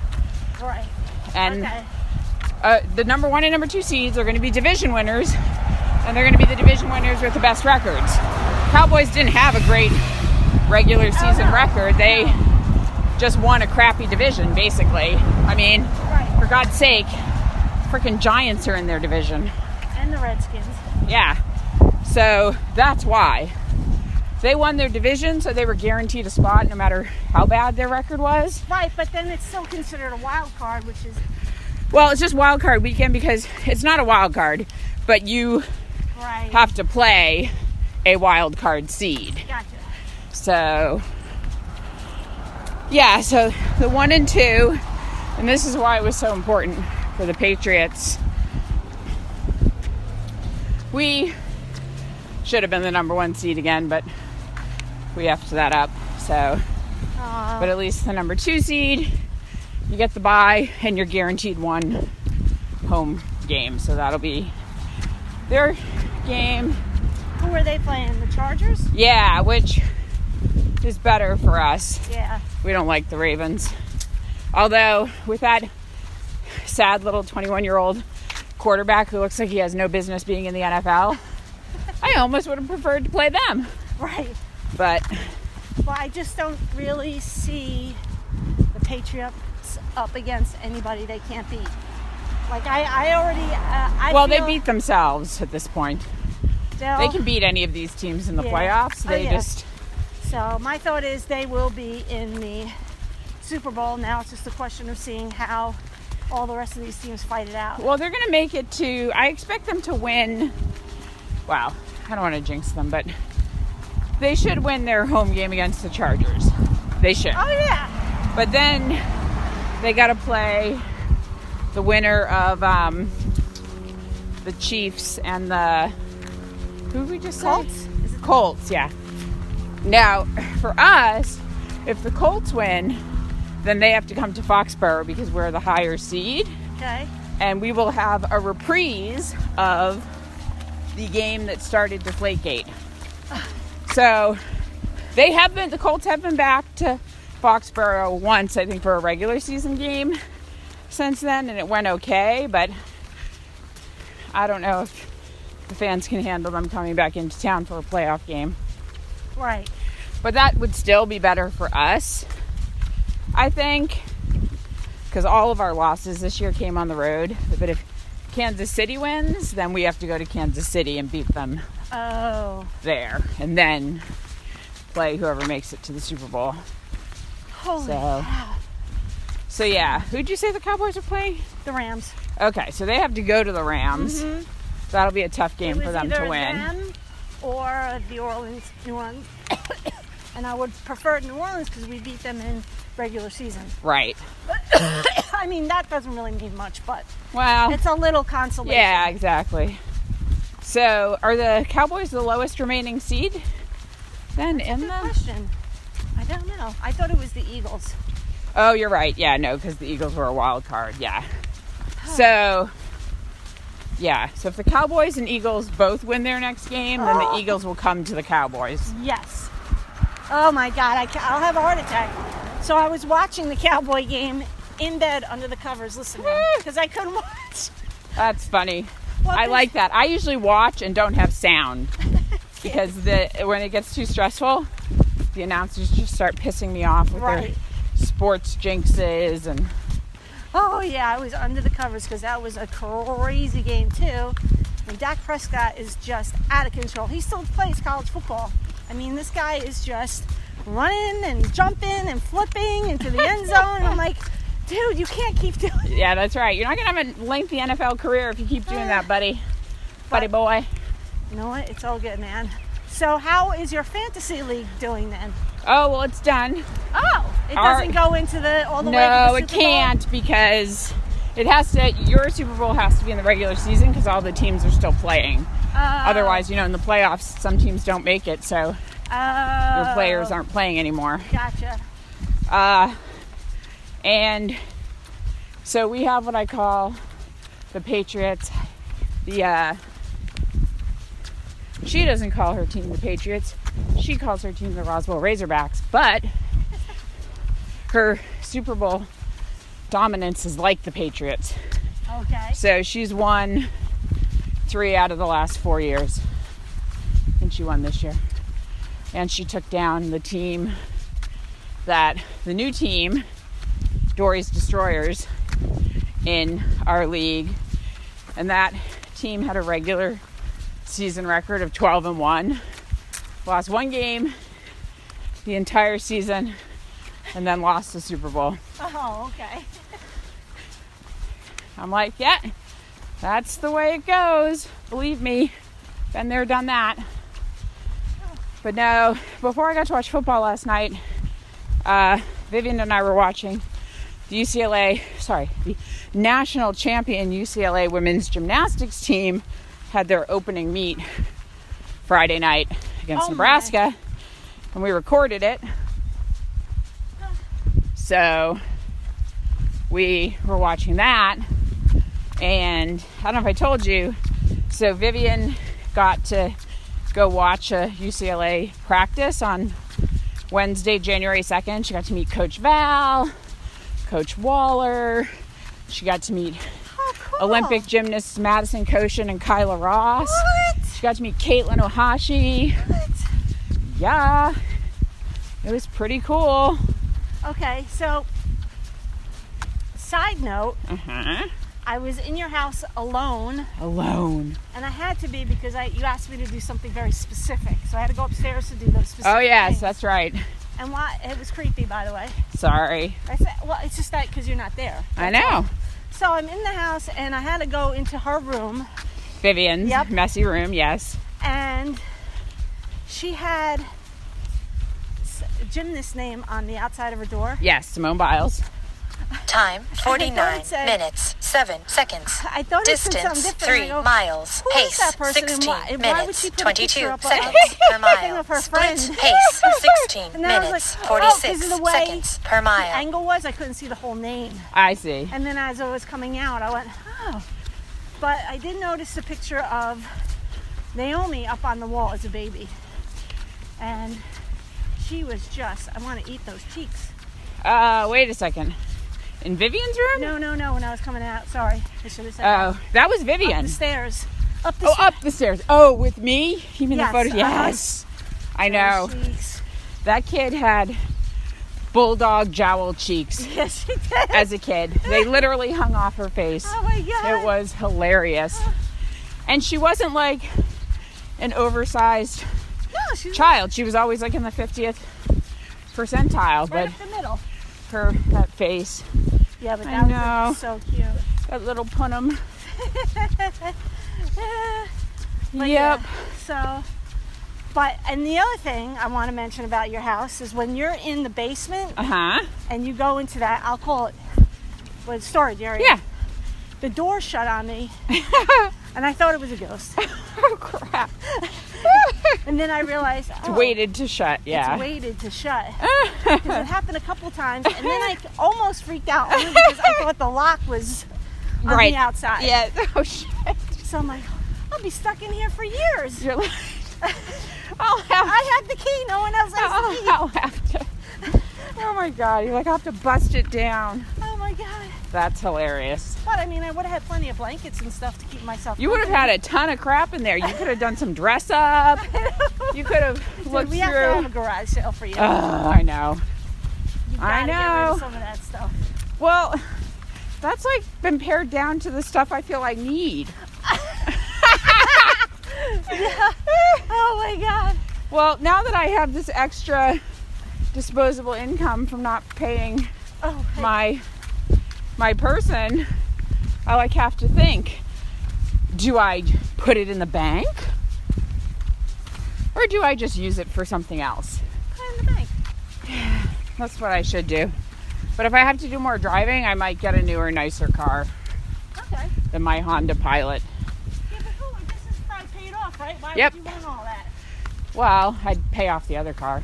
[SPEAKER 2] Right.
[SPEAKER 3] And
[SPEAKER 2] okay.
[SPEAKER 3] uh, the number one and number two seeds are going to be division winners, and they're going to be the division winners with the best records. Cowboys didn't have a great regular season
[SPEAKER 2] no.
[SPEAKER 3] record. They just won a crappy division, basically. I mean,
[SPEAKER 2] Right.
[SPEAKER 3] for God's sake, freaking Giants are in their division.
[SPEAKER 2] And the Redskins.
[SPEAKER 3] Yeah. So that's why. They won their division, so they were guaranteed a spot no matter how bad their record was.
[SPEAKER 2] Right, but then it's still considered a wild card, which is
[SPEAKER 3] Well, it's just wild card weekend because it's not a wild card, but you
[SPEAKER 2] right.
[SPEAKER 3] have to play a wild card seed.
[SPEAKER 2] Gotcha.
[SPEAKER 3] So, yeah, so the one and two, and this is why it was so important for the Patriots. We should have been the number one seed again, but we effed that up. So,
[SPEAKER 2] Uh,
[SPEAKER 3] but at least the number two seed, you get the bye and you're guaranteed one home game. So that'll be their game.
[SPEAKER 2] Who were they playing? The Chargers?
[SPEAKER 3] Yeah, which is better for us.
[SPEAKER 2] Yeah. [LAUGHS]
[SPEAKER 3] We don't like the Ravens. Although, with that sad little 21 year old quarterback who looks like he has no business being in the NFL, I almost would have preferred to play them.
[SPEAKER 2] Right.
[SPEAKER 3] But
[SPEAKER 2] Well, I just don't really see the Patriots up against anybody they can't beat. Like I, I already. Uh, I
[SPEAKER 3] well, they
[SPEAKER 2] feel
[SPEAKER 3] beat themselves at this point.
[SPEAKER 2] they'll-
[SPEAKER 3] They can beat any of these teams in the
[SPEAKER 2] Yeah.
[SPEAKER 3] playoffs.
[SPEAKER 2] Oh,
[SPEAKER 3] They
[SPEAKER 2] yeah.
[SPEAKER 3] just
[SPEAKER 2] So my thought is they will be in the Super Bowl. Now it's just a question of seeing how all the rest of these teams fight it out.
[SPEAKER 3] well, they're going to make it to. I expect them to win. Wow, I don't want to jinx them, but they should win their home game against the Chargers. They should.
[SPEAKER 2] Oh yeah,
[SPEAKER 3] But then they got to play the winner of um, the Chiefs and the who did we just say?
[SPEAKER 2] Colts? Is it-
[SPEAKER 3] Colts, yeah. Now, for us, if the Colts win, then they have to come to Foxborough because we're the higher seed,
[SPEAKER 2] okay.
[SPEAKER 3] and we will have a reprise of the game that started Deflategate. So they have been the Colts have been back to Foxborough once, I think, for a regular season game since then, and it went okay. But I don't know if the fans can handle them coming back into town for a playoff game.
[SPEAKER 2] Right.
[SPEAKER 3] But that would still be better for us, I think, because all of our losses this year came on the road. But if Kansas City wins, then we have to go to Kansas City and beat them
[SPEAKER 2] Oh.
[SPEAKER 3] there, and then play whoever makes it to the Super Bowl.
[SPEAKER 2] Holy.
[SPEAKER 3] So, so yeah, who'd you say the Cowboys are playing?
[SPEAKER 2] The Rams.
[SPEAKER 3] Okay, so they have to go to the Rams. That'll be a tough game
[SPEAKER 2] Mm-hmm. It
[SPEAKER 3] for
[SPEAKER 2] was
[SPEAKER 3] them to
[SPEAKER 2] either
[SPEAKER 3] win.
[SPEAKER 2] them or the Orleans, New Orleans. [COUGHS] and I would prefer New Orleans because we beat them in regular season. [COUGHS]
[SPEAKER 3] Right.
[SPEAKER 2] I mean, that doesn't really mean much, but
[SPEAKER 3] Well,
[SPEAKER 2] it's a little consolation.
[SPEAKER 3] Oh. yeah, exactly. So, are the Cowboys the lowest remaining seed? Then in
[SPEAKER 2] Good
[SPEAKER 3] the
[SPEAKER 2] question. I don't know. I thought it was the Eagles.
[SPEAKER 3] Oh, you're right. Yeah, no, because the Eagles were a wild card. Yeah. So, yeah. So if the Cowboys and Eagles both win their next game, then
[SPEAKER 2] Oh.
[SPEAKER 3] the Eagles will come to the Cowboys.
[SPEAKER 2] Yes. Oh my God, I, ca- I'll have a heart attack. So I was watching the Cowboy game in bed under the covers listening because I couldn't [LAUGHS] watch.
[SPEAKER 3] That's funny.
[SPEAKER 2] Well,
[SPEAKER 3] I
[SPEAKER 2] this-
[SPEAKER 3] like that. I usually watch and don't
[SPEAKER 2] [LAUGHS]
[SPEAKER 3] have sound because the when it gets too stressful, the announcers just start pissing me off with
[SPEAKER 2] Right.
[SPEAKER 3] their sports jinxes and
[SPEAKER 2] Oh yeah, I was under the covers because that was a crazy game too. And Dak Prescott is just out of control. He still plays college football. I mean, this guy is just running and jumping and flipping into the end zone. And I'm like, dude, you can't keep doing. It.
[SPEAKER 3] yeah, that's right. You're not gonna have a lengthy NFL career if you keep doing that, buddy, buddy boy.
[SPEAKER 2] You know what? It's all good, man. So how is your fantasy league doing then?
[SPEAKER 3] Oh well, it's done.
[SPEAKER 2] Oh, it
[SPEAKER 3] Our-
[SPEAKER 2] doesn't go into the all the way. to
[SPEAKER 3] No,
[SPEAKER 2] the
[SPEAKER 3] it
[SPEAKER 2] Super Bowl?
[SPEAKER 3] can't because it has to. Your Super Bowl has to be in the regular season because all the teams are still playing.
[SPEAKER 2] Oh.
[SPEAKER 3] Otherwise, you know, in the playoffs, some teams don't make it, so your
[SPEAKER 2] Oh,
[SPEAKER 3] players aren't playing anymore.
[SPEAKER 2] Gotcha.
[SPEAKER 3] Uh, and so we have what I call the Patriots. The uh, she doesn't call her team the Patriots. She calls her team the Roswell Razorbacks. But her Super Bowl dominance is like the Patriots.
[SPEAKER 2] Okay.
[SPEAKER 3] So she's won three out of the last four years. And she won this year. And she took down the team that the new team, Dory's Destroyers, in our league. And that team had a regular season record of 12 and 1. Lost one game the entire season and then lost the Super Bowl.
[SPEAKER 2] Oh, okay.
[SPEAKER 3] I'm like, yeah, that's the way it goes. Believe me, been there, done that. But no, before I got to watch football last night, uh, Vivian and I were watching the UCLA, sorry, the national champion UCLA women's gymnastics team had their opening meet Friday night against
[SPEAKER 2] Oh my.
[SPEAKER 3] Nebraska, and we recorded it. So we were watching that, and I don't know if I told you, So Vivian got to go watch a UCLA practice on Wednesday, January 2nd. She got to meet Coach Val, Coach Waller. She got to meet
[SPEAKER 2] Oh, cool.
[SPEAKER 3] Olympic gymnasts Madison Koshin and Kyla Ross.
[SPEAKER 2] What?
[SPEAKER 3] She got to meet Caitlin Ohashi.
[SPEAKER 2] What?
[SPEAKER 3] Yeah, it was pretty cool.
[SPEAKER 2] Okay, so side note,
[SPEAKER 3] Uh huh.
[SPEAKER 2] I was in your house alone,
[SPEAKER 3] Alone.
[SPEAKER 2] and I had to be because I you asked me to do something very specific, so I had to go upstairs to do those specific.
[SPEAKER 3] Oh yes,
[SPEAKER 2] things.
[SPEAKER 3] that's right.
[SPEAKER 2] and why it was creepy, by the way.
[SPEAKER 3] Sorry.
[SPEAKER 2] I said, well, it's just that because you're not there.
[SPEAKER 3] I know.
[SPEAKER 2] So I'm in the house, and I had to go into her room,
[SPEAKER 3] Vivian's
[SPEAKER 2] Yep.
[SPEAKER 3] messy room. Yes.
[SPEAKER 2] and she had s- gymnast name on the outside of her door.
[SPEAKER 3] Yes. Simone Biles.
[SPEAKER 4] Time
[SPEAKER 2] thought
[SPEAKER 4] 49
[SPEAKER 2] it said-
[SPEAKER 4] minutes 7 seconds.
[SPEAKER 2] I thought it said something
[SPEAKER 4] Distance
[SPEAKER 2] different. I
[SPEAKER 4] 3
[SPEAKER 2] go,
[SPEAKER 4] miles.
[SPEAKER 2] "Who is
[SPEAKER 4] Pace
[SPEAKER 2] that person and
[SPEAKER 4] 16
[SPEAKER 2] why- and why would
[SPEAKER 4] minutes
[SPEAKER 2] she put a
[SPEAKER 4] 22
[SPEAKER 2] picture up on- [LAUGHS]
[SPEAKER 4] seconds per mile.
[SPEAKER 2] of her
[SPEAKER 4] Split
[SPEAKER 2] [LAUGHS] friend?
[SPEAKER 4] pace 16
[SPEAKER 2] And then I was
[SPEAKER 4] minutes
[SPEAKER 2] like, oh, 'cause
[SPEAKER 4] 46
[SPEAKER 2] of the way
[SPEAKER 4] seconds per
[SPEAKER 2] the
[SPEAKER 4] mile.
[SPEAKER 2] angle was I couldn't see the whole name.
[SPEAKER 3] I see.
[SPEAKER 2] And then as I was coming out, I went, oh. But I did notice a picture of Naomi up on the wall as a baby. And she was just, I want to eat those cheeks.
[SPEAKER 3] Uh, wait a second. In Vivian's room?
[SPEAKER 2] No, no, no, when I was coming out. Sorry. I should have said that.
[SPEAKER 3] Oh, that was
[SPEAKER 2] Up
[SPEAKER 3] Vivian.
[SPEAKER 2] the stairs. Up the
[SPEAKER 3] Oh, up the stairs. Oh, with me? You mean
[SPEAKER 2] Yes,
[SPEAKER 3] the photo?
[SPEAKER 2] uh-huh.
[SPEAKER 3] Yes. I know.
[SPEAKER 2] stairs. Cheeks.
[SPEAKER 3] That kid had bulldog jowl cheeks
[SPEAKER 2] Yes, she did.
[SPEAKER 3] as a kid.
[SPEAKER 2] [LAUGHS]
[SPEAKER 3] They literally hung off her face.
[SPEAKER 2] oh my God.
[SPEAKER 3] It was hilarious. And she wasn't like an oversized
[SPEAKER 2] No, she was
[SPEAKER 3] child. She was always like in the 50th
[SPEAKER 2] right
[SPEAKER 3] percentile, but
[SPEAKER 2] up the middle.
[SPEAKER 3] her that face,
[SPEAKER 2] Yeah, but
[SPEAKER 3] I
[SPEAKER 2] that
[SPEAKER 3] know.
[SPEAKER 2] was so cute.
[SPEAKER 3] that little punum.
[SPEAKER 2] Ah.
[SPEAKER 3] Yep.
[SPEAKER 2] yeah. So, but, and the other thing I want to mention about your house is when you're in the basement
[SPEAKER 3] Uh-huh.
[SPEAKER 2] and you go into that, I'll call it was storage area.
[SPEAKER 3] Yeah.
[SPEAKER 2] The door shut on me and I thought it was a ghost.
[SPEAKER 3] Oh crap.
[SPEAKER 2] And then I realized oh,
[SPEAKER 3] Waited to shut.
[SPEAKER 2] it's
[SPEAKER 3] Yeah.
[SPEAKER 2] waited to
[SPEAKER 3] [LAUGHS]
[SPEAKER 2] shut. 'Cause it happened a couple times and then I almost freaked out only because I thought the lock was on
[SPEAKER 3] Right.
[SPEAKER 2] the outside.
[SPEAKER 3] Yeah. [LAUGHS] Oh shit.
[SPEAKER 2] So I'm like, I'll be stuck in here for years.
[SPEAKER 3] You're like I'll have
[SPEAKER 2] [LAUGHS] I had the key, no one else has the
[SPEAKER 3] I'll,
[SPEAKER 2] key.
[SPEAKER 3] [LAUGHS] I'll [LAUGHS] have to. Oh my god, you're like, I have to bust it down.
[SPEAKER 2] Oh my god.
[SPEAKER 3] That's hilarious.
[SPEAKER 2] But I mean I would have had plenty of blankets and stuff to keep myself.
[SPEAKER 3] You would have had a ton of crap in there. You could have done some dress [LAUGHS] up. You could have
[SPEAKER 2] Dude,
[SPEAKER 3] looked
[SPEAKER 2] we
[SPEAKER 3] through.
[SPEAKER 2] have to have a garage sale for you.
[SPEAKER 3] Ugh, I know.
[SPEAKER 2] You've
[SPEAKER 3] I
[SPEAKER 2] gotta get rid
[SPEAKER 3] know.
[SPEAKER 2] of some of that stuff. [LAUGHS]
[SPEAKER 3] Well, that's like been pared down to the stuff I feel I [LAUGHS] need.
[SPEAKER 2] Oh my god.
[SPEAKER 3] Well, now that I have this extra disposable income from not paying
[SPEAKER 2] Oh, hey.
[SPEAKER 3] my my person, oh, I like have to think. Do I put it in the bank? Or do I just use it for something else?
[SPEAKER 2] Put it in the bank.
[SPEAKER 3] That's what I should do. But if I have to do more driving, I might get a newer, nicer car
[SPEAKER 2] Okay.
[SPEAKER 3] than my Honda Pilot.
[SPEAKER 2] Yeah, but who? This is probably paid off, right? Why
[SPEAKER 3] Yep.
[SPEAKER 2] would you want all that?
[SPEAKER 3] Well, I'd pay off the other car.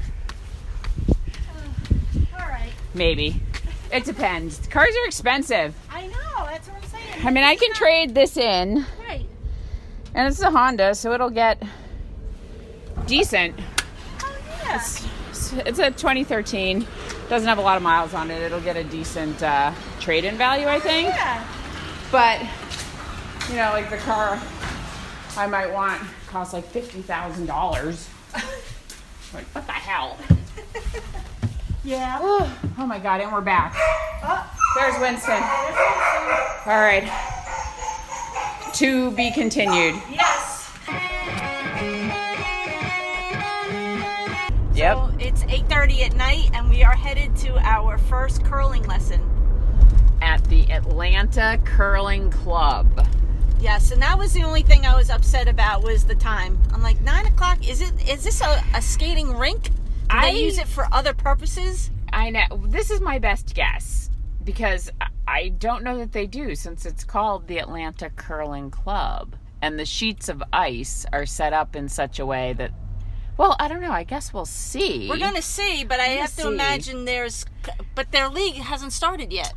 [SPEAKER 2] Uh, All right.
[SPEAKER 3] Maybe. It depends. Cars are expensive.
[SPEAKER 2] I know. That's what I'm saying.
[SPEAKER 3] I mean, I can trade this in,
[SPEAKER 2] Right.
[SPEAKER 3] and it's a Honda, so it'll get decent.
[SPEAKER 2] Oh yeah.
[SPEAKER 3] It's it's a 2013. Doesn't have a lot of miles on it. It'll get a decent uh, trade-in value, I think.
[SPEAKER 2] yeah.
[SPEAKER 3] But you know, like the car I might want costs like fifty
[SPEAKER 2] [LAUGHS]
[SPEAKER 3] thousand dollars. Like what the hell?
[SPEAKER 2] Yeah. Uh,
[SPEAKER 3] Oh my god! And we're back. There's Winston. All right. To be continued.
[SPEAKER 2] Yes.
[SPEAKER 3] Yep.
[SPEAKER 2] So it's 8:30 at night, and we are headed to our first curling lesson.
[SPEAKER 3] At the Atlanta Curling Club.
[SPEAKER 2] Yes, and that was the only thing I was upset about was the time. I'm like nine o'clock. Is it? Is this a, a skating rink? Do
[SPEAKER 3] I-
[SPEAKER 2] they use it for other purposes?
[SPEAKER 3] I know this is my best guess because I- I don't know that they do since it's called the Atlanta Curling Club and the sheets of ice are set up in such a way that well, I don't know. I guess we'll see.
[SPEAKER 2] We're gonna see, but I
[SPEAKER 3] gonna
[SPEAKER 2] have to
[SPEAKER 3] see.
[SPEAKER 2] imagine there's, but their league hasn't started yet.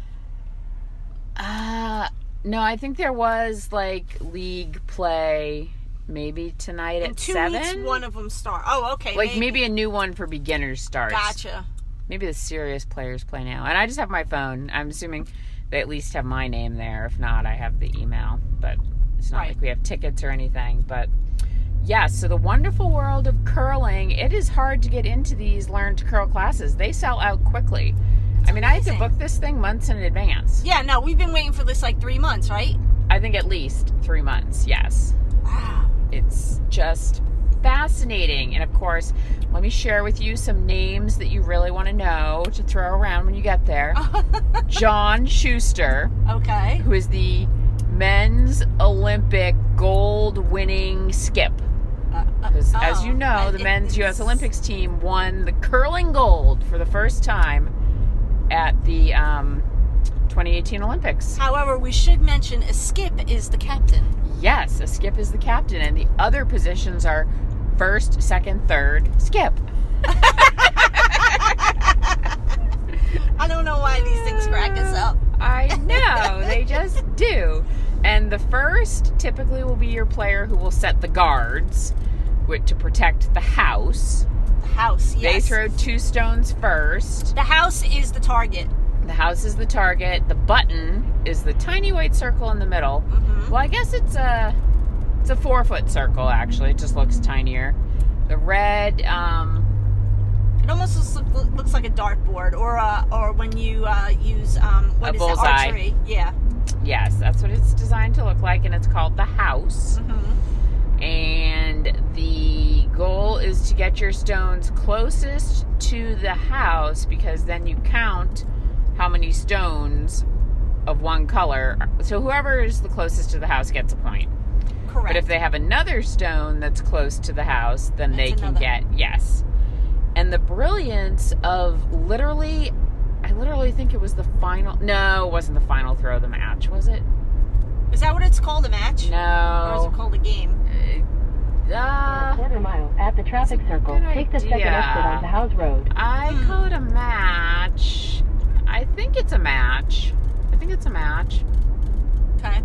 [SPEAKER 3] uh No, I think there was like league play maybe tonight at
[SPEAKER 2] In two
[SPEAKER 3] seven.
[SPEAKER 2] weeks, one of them start. Oh, okay.
[SPEAKER 3] like maybe a new one for beginners starts.
[SPEAKER 2] Gotcha.
[SPEAKER 3] Maybe the serious players play now. And I just have my phone. I'm assuming they at least have my name there. If not, I have the email. But it's not
[SPEAKER 2] Right.
[SPEAKER 3] like we have tickets or anything. But yeah, so the wonderful world of curling. It is hard to get into these learn to curl classes. They sell out quickly. I mean, I had to
[SPEAKER 2] amazing.
[SPEAKER 3] book this thing months in advance.
[SPEAKER 2] Yeah. No, we've been waiting for this like three months, right?
[SPEAKER 3] I think at least three months. Yes.
[SPEAKER 2] Wow.
[SPEAKER 3] It's just fascinating. And of course, let me share with you some names that you really want to know to throw around when you
[SPEAKER 2] [LAUGHS]
[SPEAKER 3] get there. John Schuster,
[SPEAKER 2] Okay.
[SPEAKER 3] who is the men's Olympic gold winning skip.
[SPEAKER 2] Uh, uh,
[SPEAKER 3] 'Cause as
[SPEAKER 2] oh.
[SPEAKER 3] you know,
[SPEAKER 2] Uh,
[SPEAKER 3] the
[SPEAKER 2] it-
[SPEAKER 3] men's U.S.
[SPEAKER 2] it's-
[SPEAKER 3] Olympics team won the curling gold for the first time at the um, 2018 Olympics.
[SPEAKER 2] However, we should mention a skip is the captain.
[SPEAKER 3] Yes, a skip is the captain, and the other positions are first, second, third, skip.
[SPEAKER 2] I don't know why these things crack us up.
[SPEAKER 3] I know, they [LAUGHS] just do. And the first typically will be your player who will set the guards which, to protect the house.
[SPEAKER 2] The house. Yes.
[SPEAKER 3] They throw two stones first.
[SPEAKER 2] The house is the target.
[SPEAKER 3] The house is the target. The button is the tiny white circle in the middle.
[SPEAKER 2] Mhm.
[SPEAKER 3] Well, I guess it's a it's a four foot circle actually. It just looks tinier. The red um,
[SPEAKER 2] It almost looks, look- looks like a dartboard, or uh, or when you uh, use um, what
[SPEAKER 3] A
[SPEAKER 2] is
[SPEAKER 3] bullseye.
[SPEAKER 2] that archery? Yeah.
[SPEAKER 3] Yes, that's what it's designed to look like, and it's called the house.
[SPEAKER 2] Mm-hmm.
[SPEAKER 3] And the goal is to get your stones closest to the house because then you count how many stones of one color. So whoever is the closest to the house gets a point.
[SPEAKER 2] Correct.
[SPEAKER 3] But if they have another stone that's close to the house, then they
[SPEAKER 2] That's
[SPEAKER 3] can
[SPEAKER 2] another.
[SPEAKER 3] get yes. And the brilliance of literally, I literally think it was the final. No, it wasn't the final throw of the match, was it?
[SPEAKER 2] is that what it's called, a match? Or is
[SPEAKER 3] No.
[SPEAKER 2] it called a game?
[SPEAKER 3] Uh,
[SPEAKER 5] quarter mile at the traffic circle.
[SPEAKER 3] good
[SPEAKER 5] Take the second
[SPEAKER 3] idea.
[SPEAKER 5] exit on the Howes Road.
[SPEAKER 2] Hmm.
[SPEAKER 3] I call it a match. I think it's a match. I think it's a match.
[SPEAKER 2] Okay.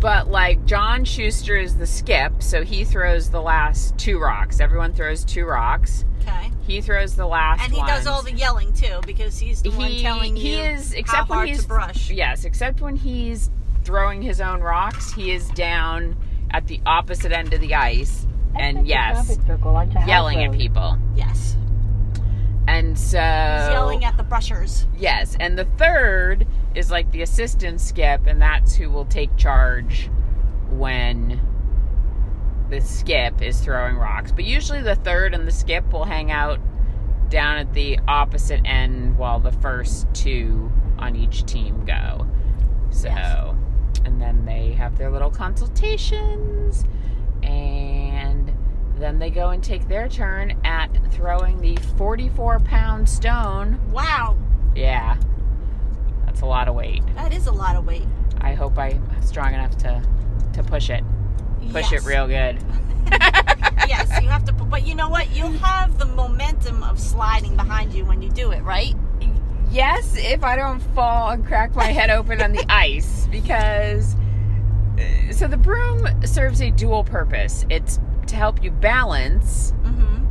[SPEAKER 3] But like John Schuster is the skip, so he throws the last two rocks. Everyone throws two rocks.
[SPEAKER 2] Okay.
[SPEAKER 3] He throws the last.
[SPEAKER 2] And he does
[SPEAKER 3] ones.
[SPEAKER 2] all the yelling too, because he's the one
[SPEAKER 3] He-
[SPEAKER 2] telling
[SPEAKER 3] he
[SPEAKER 2] you
[SPEAKER 3] is except
[SPEAKER 2] how
[SPEAKER 3] when
[SPEAKER 2] hard
[SPEAKER 3] he's
[SPEAKER 2] to
[SPEAKER 3] [LAUGHS]
[SPEAKER 2] brush.
[SPEAKER 3] Yes, except when he's throwing his own rocks, he is down at the opposite end of the ice,
[SPEAKER 5] Exit
[SPEAKER 3] and
[SPEAKER 5] the
[SPEAKER 3] yes,
[SPEAKER 5] traffic circle onto Howes
[SPEAKER 3] yelling at
[SPEAKER 5] Road.
[SPEAKER 3] people.
[SPEAKER 2] Yes.
[SPEAKER 3] And so
[SPEAKER 2] He's yelling
[SPEAKER 3] Oh.
[SPEAKER 2] at the brushers.
[SPEAKER 3] Yes, and the third is like the assistant skip, and that's who will take charge when the skip is throwing rocks. But usually the third and the skip will hang out down at the opposite end while the first two on each team go. So,
[SPEAKER 2] Yes.
[SPEAKER 3] and then they have their little consultations, and then they go and take their turn at throwing the 44 pound stone.
[SPEAKER 2] Wow,
[SPEAKER 3] Yeah. That's a lot of weight.
[SPEAKER 2] that is a lot of weight.
[SPEAKER 3] I hope I'm strong enough to to push it. Push
[SPEAKER 2] yes.
[SPEAKER 3] it real good.
[SPEAKER 2] [LAUGHS] yes, you have to. But you know what? You'll have the momentum of sliding behind you when you do it, right?
[SPEAKER 3] Yes, if I don't fall and crack my head open on the ice because uh, so the broom serves a dual purpose. It's to help you balance
[SPEAKER 2] Mm-hmm.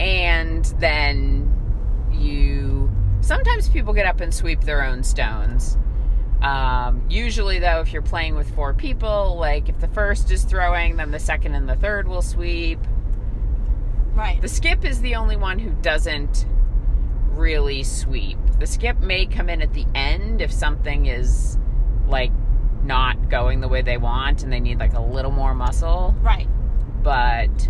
[SPEAKER 3] and then you sometimes people get up and sweep their own stones um, usually though if you're playing with four people like if the first is throwing then the second and the third will sweep
[SPEAKER 2] Right.
[SPEAKER 3] the skip is the only one who doesn't really sweep the skip may come in at the end if something is like not going the way they want and they need like a little more muscle
[SPEAKER 2] Right.
[SPEAKER 3] but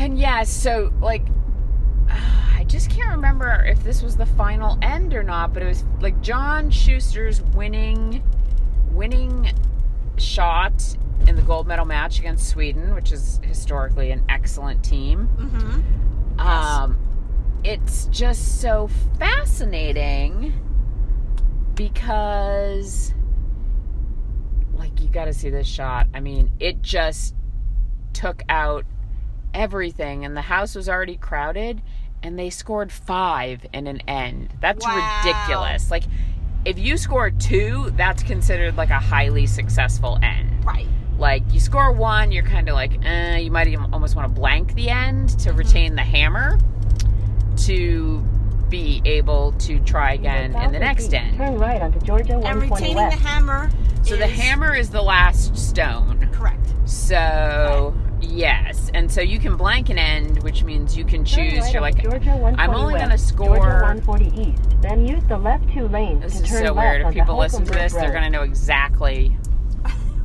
[SPEAKER 3] and yeah so like [SIGHS] i just can't remember if this was the final end or not but it was like john schuster's winning winning shot in the gold medal match against sweden which is historically an excellent team
[SPEAKER 2] Mm-hmm.
[SPEAKER 3] um it's just so fascinating because like you got to see this shot. I mean, it just took out everything and the house was already crowded and they scored 5 in an end. That's
[SPEAKER 2] Wow.
[SPEAKER 3] ridiculous. Like if you score two, that's considered like a highly successful end.
[SPEAKER 2] Right.
[SPEAKER 3] Like you score one, you're kind of like, eh, you might even almost want to blank the end
[SPEAKER 2] Mm-hmm.
[SPEAKER 3] to retain the hammer to be able to try again in the
[SPEAKER 6] 1,000
[SPEAKER 3] next
[SPEAKER 6] feet,
[SPEAKER 3] end.
[SPEAKER 6] Turn right onto Georgia
[SPEAKER 2] And
[SPEAKER 6] 120
[SPEAKER 2] retaining the
[SPEAKER 6] West.
[SPEAKER 2] hammer.
[SPEAKER 3] So the
[SPEAKER 2] is-
[SPEAKER 3] hammer is the last stone.
[SPEAKER 2] Correct.
[SPEAKER 3] So yes, and so you can blank an end, which means you can
[SPEAKER 6] Turn
[SPEAKER 3] choose.
[SPEAKER 6] right
[SPEAKER 3] You're
[SPEAKER 6] onto
[SPEAKER 3] like,
[SPEAKER 6] Georgia 140
[SPEAKER 3] I'm only
[SPEAKER 6] West,
[SPEAKER 3] gonna score-
[SPEAKER 6] Georgia 140 East. Then use the left two lanes
[SPEAKER 3] this
[SPEAKER 6] to
[SPEAKER 3] is
[SPEAKER 6] turn
[SPEAKER 3] so
[SPEAKER 6] left
[SPEAKER 3] weird. If
[SPEAKER 6] onto
[SPEAKER 3] people listen to
[SPEAKER 6] Hulkenberg
[SPEAKER 3] this, they're
[SPEAKER 6] Road.
[SPEAKER 3] gonna know exactly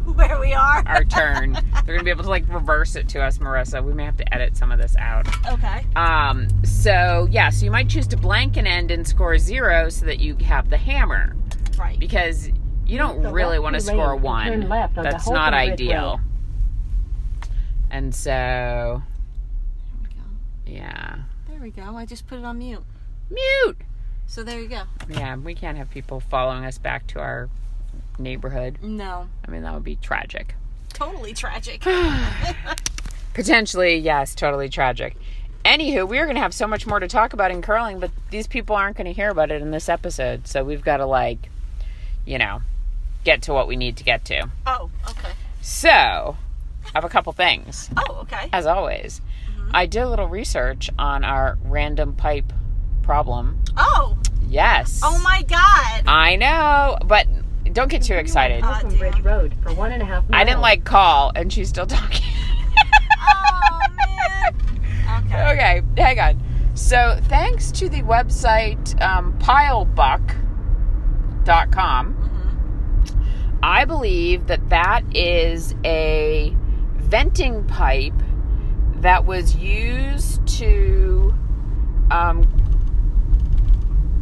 [SPEAKER 2] [LAUGHS] Where we are.
[SPEAKER 3] our turn. They're gonna be able to like reverse it to us, Marissa. We may have to edit some of this out.
[SPEAKER 2] Okay.
[SPEAKER 3] Um, so yeah, so you might choose to blank an end and score zero so that you have the hammer
[SPEAKER 2] Right.
[SPEAKER 3] because you don't
[SPEAKER 6] the
[SPEAKER 3] really
[SPEAKER 6] left
[SPEAKER 3] want to
[SPEAKER 6] two
[SPEAKER 3] score
[SPEAKER 6] lanes and
[SPEAKER 3] one.
[SPEAKER 6] turn left on the
[SPEAKER 3] That's not
[SPEAKER 6] Hulkenberg
[SPEAKER 3] ideal.
[SPEAKER 6] Road.
[SPEAKER 3] And so
[SPEAKER 2] There we go.
[SPEAKER 3] yeah,
[SPEAKER 2] There we go. I just put it on mute.
[SPEAKER 3] mute.
[SPEAKER 2] So there you go.
[SPEAKER 3] Yeah, we can't have people following us back to our neighborhood.
[SPEAKER 2] No.
[SPEAKER 3] I mean, that would be tragic.
[SPEAKER 2] Totally
[SPEAKER 3] [LAUGHS]
[SPEAKER 2] tragic.
[SPEAKER 3] Potentially, yes, totally tragic. Anywho, we are going to have so much more to talk about in curling, but these people aren't going to hear about it in this episode. So we've got to, like, you know, get to what we need to get to.
[SPEAKER 2] oh, okay.
[SPEAKER 3] So, I have a couple things,
[SPEAKER 2] Oh, okay.
[SPEAKER 3] as always.
[SPEAKER 2] Mm-hmm.
[SPEAKER 3] I did a little research on our random pipe problem.
[SPEAKER 2] Oh,
[SPEAKER 3] Yes.
[SPEAKER 2] oh my God.
[SPEAKER 3] I know, but don't get too excited.
[SPEAKER 2] Uh,
[SPEAKER 6] Bridge
[SPEAKER 2] damn.
[SPEAKER 6] Road for one and a half miles.
[SPEAKER 3] I didn't like call, and she's still [LAUGHS] talking.
[SPEAKER 2] Oh man. Okay.
[SPEAKER 3] okay, hang on. So, thanks to the website um, pilebuck.com,
[SPEAKER 2] Mm-hmm.
[SPEAKER 3] I believe that that is a venting pipe that was used to, um,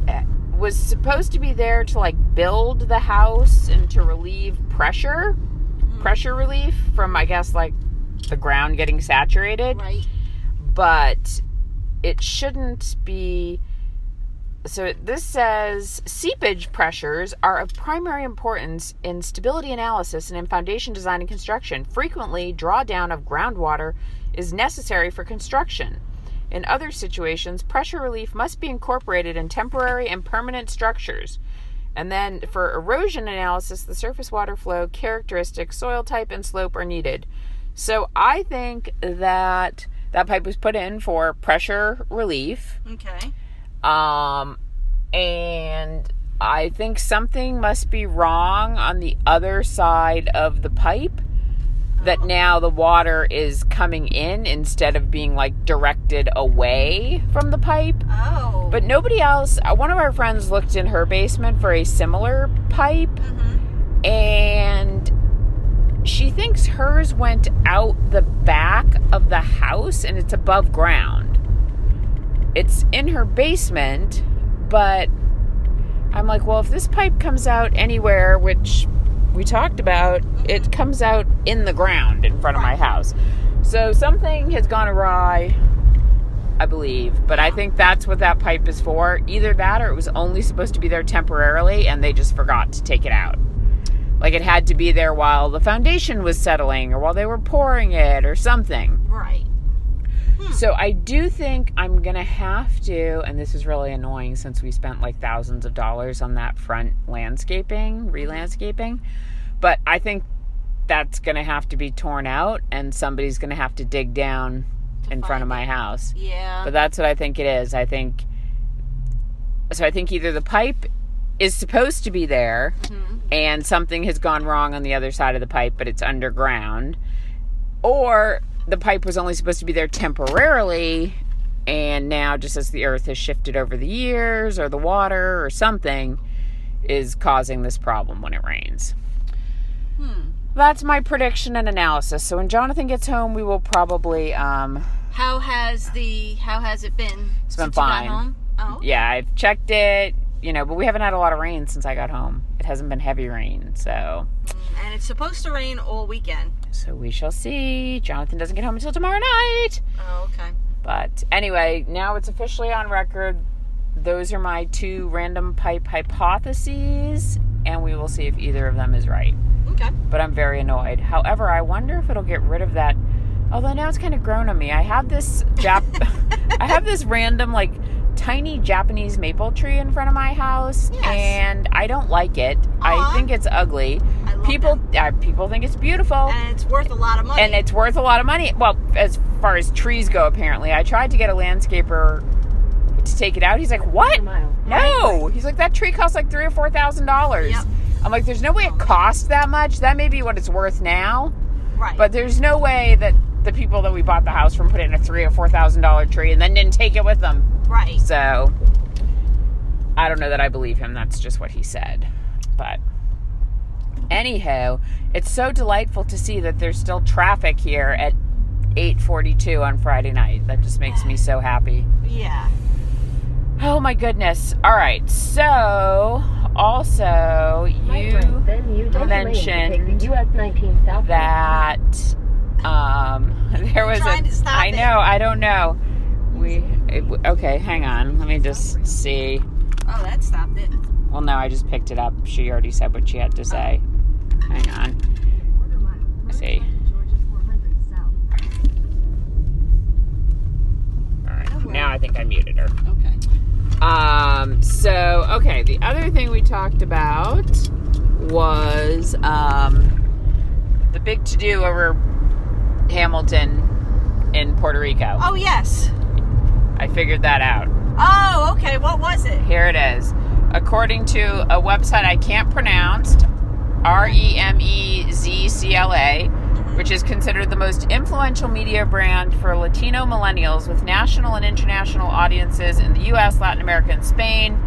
[SPEAKER 3] eh, was supposed to be there to like build the house and to relieve pressure, pressure relief from, I guess, like the ground getting saturated
[SPEAKER 2] Right.
[SPEAKER 3] but it shouldn't be. So this says seepage pressures are of primary importance in stability analysis and in foundation design and construction. Frequently, drawdown of groundwater is necessary for construction. In other situations, pressure relief must be incorporated in temporary and permanent structures. And then for erosion analysis, the surface water flow characteristic, soil type, and slope are needed. So I think that that pipe was put in for pressure relief.
[SPEAKER 2] Okay.
[SPEAKER 3] Um, and I think something must be wrong on the other side of the pipe that now the water is coming in instead of being like directed away from the pipe.
[SPEAKER 2] Oh.
[SPEAKER 3] But nobody else, uh, one of our friends looked in her basement for a similar pipe and she thinks hers went out the back of the house and it's above ground. It's in her basement, but I'm like, well, if this pipe comes out anywhere, which we talked about, it comes out in the ground in front of my house. So something has gone awry. I believe, but I think that's what that pipe is for. Either that or it was only supposed to be there temporarily and they just forgot to take it out. Like it had to be there while the foundation was settling or while they were pouring it or something.
[SPEAKER 2] right.
[SPEAKER 3] So I do think I'm going to have to, and this is really annoying since we spent like thousands of dollars on that front landscaping, re landscaping, but I think that's going to have to be torn out and somebody's going to have to dig down in front of my house.
[SPEAKER 2] Yeah.
[SPEAKER 3] But that's what I think it is. I think so. I think either the pipe is supposed to be there, and something has gone wrong on the other side of the pipe, but it's underground, or the pipe was only supposed to be there temporarily, and now just as the earth has shifted over the years, or the water, or something is causing this problem when it rains.
[SPEAKER 2] Hmm.
[SPEAKER 3] That's my prediction and analysis. So when Jonathan gets home, we will probably um,
[SPEAKER 2] how has the how has it been? It's
[SPEAKER 3] been fine.
[SPEAKER 2] home? Oh.
[SPEAKER 3] yeah, I've checked it, you know, but we haven't had a lot of rain since I got home. It hasn't been heavy rain, so
[SPEAKER 2] And it's supposed to rain all weekend.
[SPEAKER 3] so we shall see. Jonathan doesn't get home until tomorrow night.
[SPEAKER 2] Oh, okay.
[SPEAKER 3] But anyway, now it's officially on record. Those are my two random pipe hypotheses, and we will see if either of them is right.
[SPEAKER 2] Okay.
[SPEAKER 3] But I'm very annoyed. However,
[SPEAKER 2] [LAUGHS]
[SPEAKER 3] I wonder if it'll get rid of that. Although now it's kind of grown on me. I have this Jap. I have this random like tiny Japanese maple tree in front of my house,
[SPEAKER 2] Yes.
[SPEAKER 3] and I don't like it.
[SPEAKER 2] Aw.
[SPEAKER 3] I think it's ugly.
[SPEAKER 2] I love
[SPEAKER 3] people uh, people think it's beautiful,
[SPEAKER 2] and it's worth a lot of money.
[SPEAKER 3] and it's worth a lot of money. Well, as far as trees go, apparently, I tried to get a landscaper to take it out. He's like, "What?
[SPEAKER 6] per mile.
[SPEAKER 3] No." He's like, "That tree costs like three or four thousand dollars."
[SPEAKER 2] Yep.
[SPEAKER 3] I'm like, "There's no way it costs that much. That may be what it's worth now."
[SPEAKER 2] right.
[SPEAKER 3] But there's no way that the people that we bought the house from put it in a three or four thousand dollar tree and then didn't take it with them.
[SPEAKER 2] right.
[SPEAKER 3] So I don't know that I believe him. That's just what he said. But anyhow, it's so delightful to see that there's still traffic here at 8:42 on Friday night. That just makes me so happy.
[SPEAKER 2] Yeah.
[SPEAKER 3] Oh my goodness. All right. So also you
[SPEAKER 6] Right, Then use every lane to take
[SPEAKER 3] mentioned
[SPEAKER 6] the US 19 south.
[SPEAKER 3] that um [LAUGHS] there was
[SPEAKER 2] trying
[SPEAKER 3] a
[SPEAKER 2] to stop
[SPEAKER 3] I
[SPEAKER 2] it.
[SPEAKER 3] know I don't know we it, okay hang on let me just see
[SPEAKER 2] Oh, that stopped it.
[SPEAKER 3] well no I just picked it up she already said what she had to say
[SPEAKER 2] Oh.
[SPEAKER 3] hang on
[SPEAKER 6] Quarter mile.
[SPEAKER 3] Let's see
[SPEAKER 6] Georgia 400 south.
[SPEAKER 3] all right now I think I muted her
[SPEAKER 2] Okay.
[SPEAKER 3] um so okay the other thing we talked about was um the big to do over Hamilton in Puerto Rico
[SPEAKER 2] Oh yes.
[SPEAKER 3] I figured that out
[SPEAKER 2] Oh, okay. What was it?
[SPEAKER 3] Here it is. According to a website I can't pronounce, R E M E Z C L A, which is considered the most influential media brand for Latino millennials with national and international audiences in the US, Latin America, and Spain.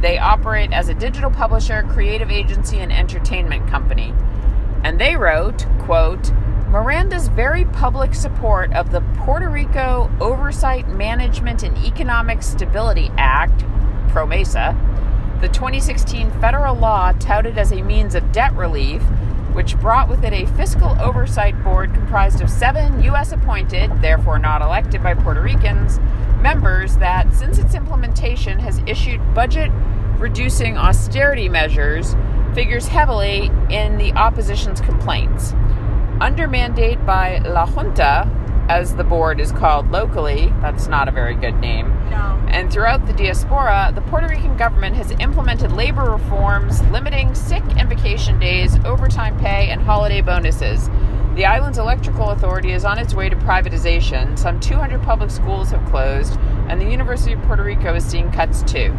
[SPEAKER 3] They operate as a digital publisher, creative agency, and entertainment company. And they wrote, quote, Miranda's very public support of the Puerto Rico Oversight Management and Economic Stability Act, PROMESA, the 2016 federal law touted as a means of debt relief, which brought with it a fiscal oversight board comprised of seven U.S. appointed, therefore not elected by Puerto Ricans, members that, since its implementation, has issued budget reducing austerity measures, figures heavily in the opposition's complaints under mandate by La Junta, as the board is called locally, that's not a very good name.
[SPEAKER 2] No.
[SPEAKER 3] And throughout the diaspora, the Puerto Rican government has implemented labor reforms limiting sick and vacation days, overtime pay, and holiday bonuses. The island's electrical authority is on its way to privatization. Some 200 public schools have closed, and the University of Puerto Rico is seeing cuts too.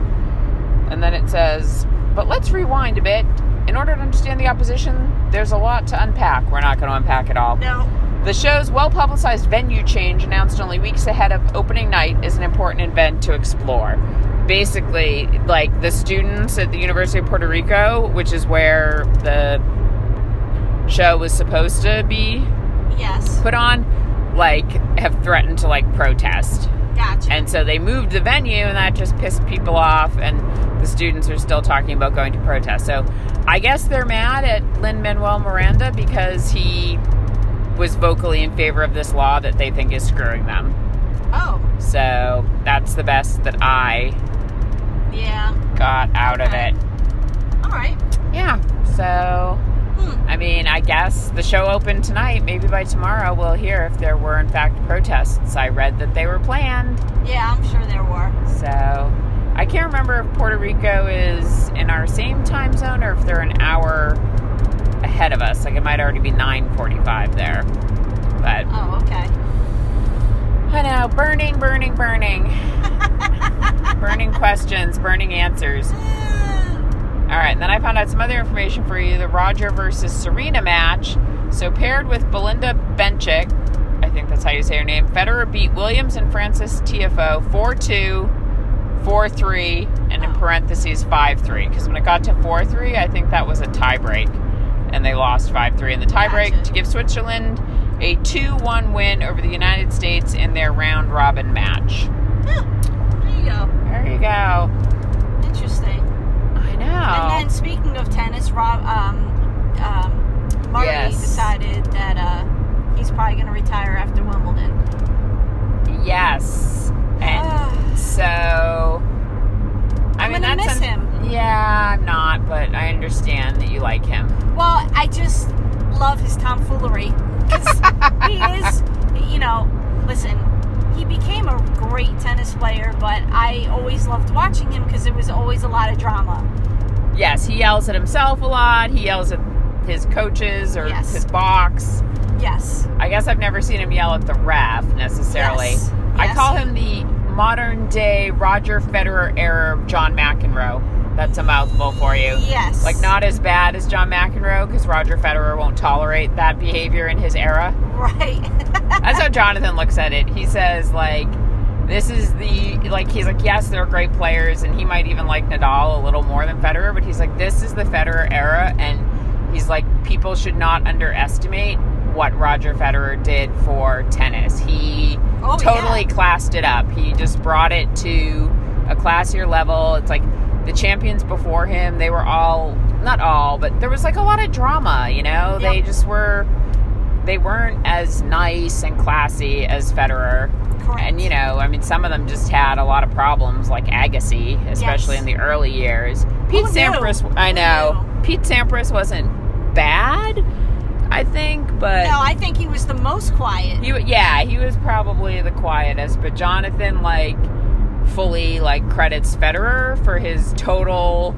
[SPEAKER 3] And then it says, but let's rewind a bit. In order to understand the opposition, there's a lot to unpack. We're not going to unpack it all.
[SPEAKER 2] No.
[SPEAKER 3] The show's well publicized venue change, announced only weeks ahead of opening night, is an important event to explore. Basically, like the students at the University of Puerto Rico, which is where the show was supposed to be
[SPEAKER 2] Yes.
[SPEAKER 3] put on, like have threatened to like protest.
[SPEAKER 2] Gotcha.
[SPEAKER 3] And so they moved the venue, and that just pissed people off. And the students are still talking about going to protest. So I guess they're mad at Lin Manuel Miranda because he was vocally in favor of this law that they think is screwing them.
[SPEAKER 2] oh.
[SPEAKER 3] So that's the best that I
[SPEAKER 2] Yeah.
[SPEAKER 3] got out of it.
[SPEAKER 2] All right.
[SPEAKER 3] Yeah. So,
[SPEAKER 2] Hmm.
[SPEAKER 3] I mean, I guess the show opened tonight. Maybe by tomorrow we'll hear if there were, in fact, protests. I read that they were planned.
[SPEAKER 2] Yeah, I'm sure there were.
[SPEAKER 3] So I can't remember if Puerto Rico is in our same time zone or if they're an hour ahead of us. Like it might already be 9:45 there. But
[SPEAKER 2] Oh, okay.
[SPEAKER 3] I know burning, burning, burning. burning questions, burning answers. All right, and then I found out some other information for you. The Roger versus Serena match. So paired with Belinda Bencic, I think that's how you say her name. Federer beat Williams and Francis TFO 4-2, 4-3, and in parentheses 5-3 because when it got to 4-3, I think that was a tie break and they lost 5-3 in the tie break
[SPEAKER 2] Gotcha.
[SPEAKER 3] to give Switzerland a 2-1 win over the United States in their round robin match.
[SPEAKER 2] There you go.
[SPEAKER 3] There you go.
[SPEAKER 2] Interesting.
[SPEAKER 3] I know.
[SPEAKER 2] And then speaking of tennis, Rob, um, um, Murray
[SPEAKER 3] Yes.
[SPEAKER 2] decided that uh, he's probably going to retire after Wimbledon.
[SPEAKER 3] Yes. And so I
[SPEAKER 2] Ah. I'm
[SPEAKER 3] mean
[SPEAKER 2] gonna
[SPEAKER 3] that's
[SPEAKER 2] miss
[SPEAKER 3] un- Yeah, I'm not, but I understand that you like him.
[SPEAKER 2] Well, I just love his tomfoolery. 'Cause he is, you know, listen, he became a great watching him because there was always a lot of drama.
[SPEAKER 3] Yes, he yells at himself a lot. He yells at his coaches or
[SPEAKER 2] Yes.
[SPEAKER 3] his box.
[SPEAKER 2] Yes.
[SPEAKER 3] I guess I've never seen him yell at the ref necessarily.
[SPEAKER 2] Yes.
[SPEAKER 3] I
[SPEAKER 2] Yes.
[SPEAKER 3] call him the modern day Roger Federer era of John McEnroe. That's a mouthful for you.
[SPEAKER 2] Yes.
[SPEAKER 3] Like not as bad as John McEnroe because Roger Federer won't tolerate that behavior in his era.
[SPEAKER 2] Right.
[SPEAKER 3] That's how Jonathan looks at it. He says like, "This is the like." He's like, "Yes, they're great players," and he might even like Nadal a little more than Federer. But he's like, "This is the Federer era," and he's like, "People should not underestimate what Roger Federer did for tennis. He
[SPEAKER 2] Oh,
[SPEAKER 3] totally classed it up. He just brought it to a classier level. It's like." The champions before him, they were all, not all, but there was like a lot of drama, you know? They
[SPEAKER 2] Yep.
[SPEAKER 3] just were they weren't as nice and classy as Federer.
[SPEAKER 2] Correct.
[SPEAKER 3] And you know, I mean, some of them just had a lot of problems, like Agassi, especially
[SPEAKER 2] Yes.
[SPEAKER 3] in the early years. Pete
[SPEAKER 2] Who knew?
[SPEAKER 3] Sampras, I
[SPEAKER 2] Who
[SPEAKER 3] know. Pete Sampras wasn't bad, I think, but
[SPEAKER 2] No, I think he was the most quiet.
[SPEAKER 3] he, wa- yeah, he was probably the quietest. But Jonathan, like, fully like credits Federer for his total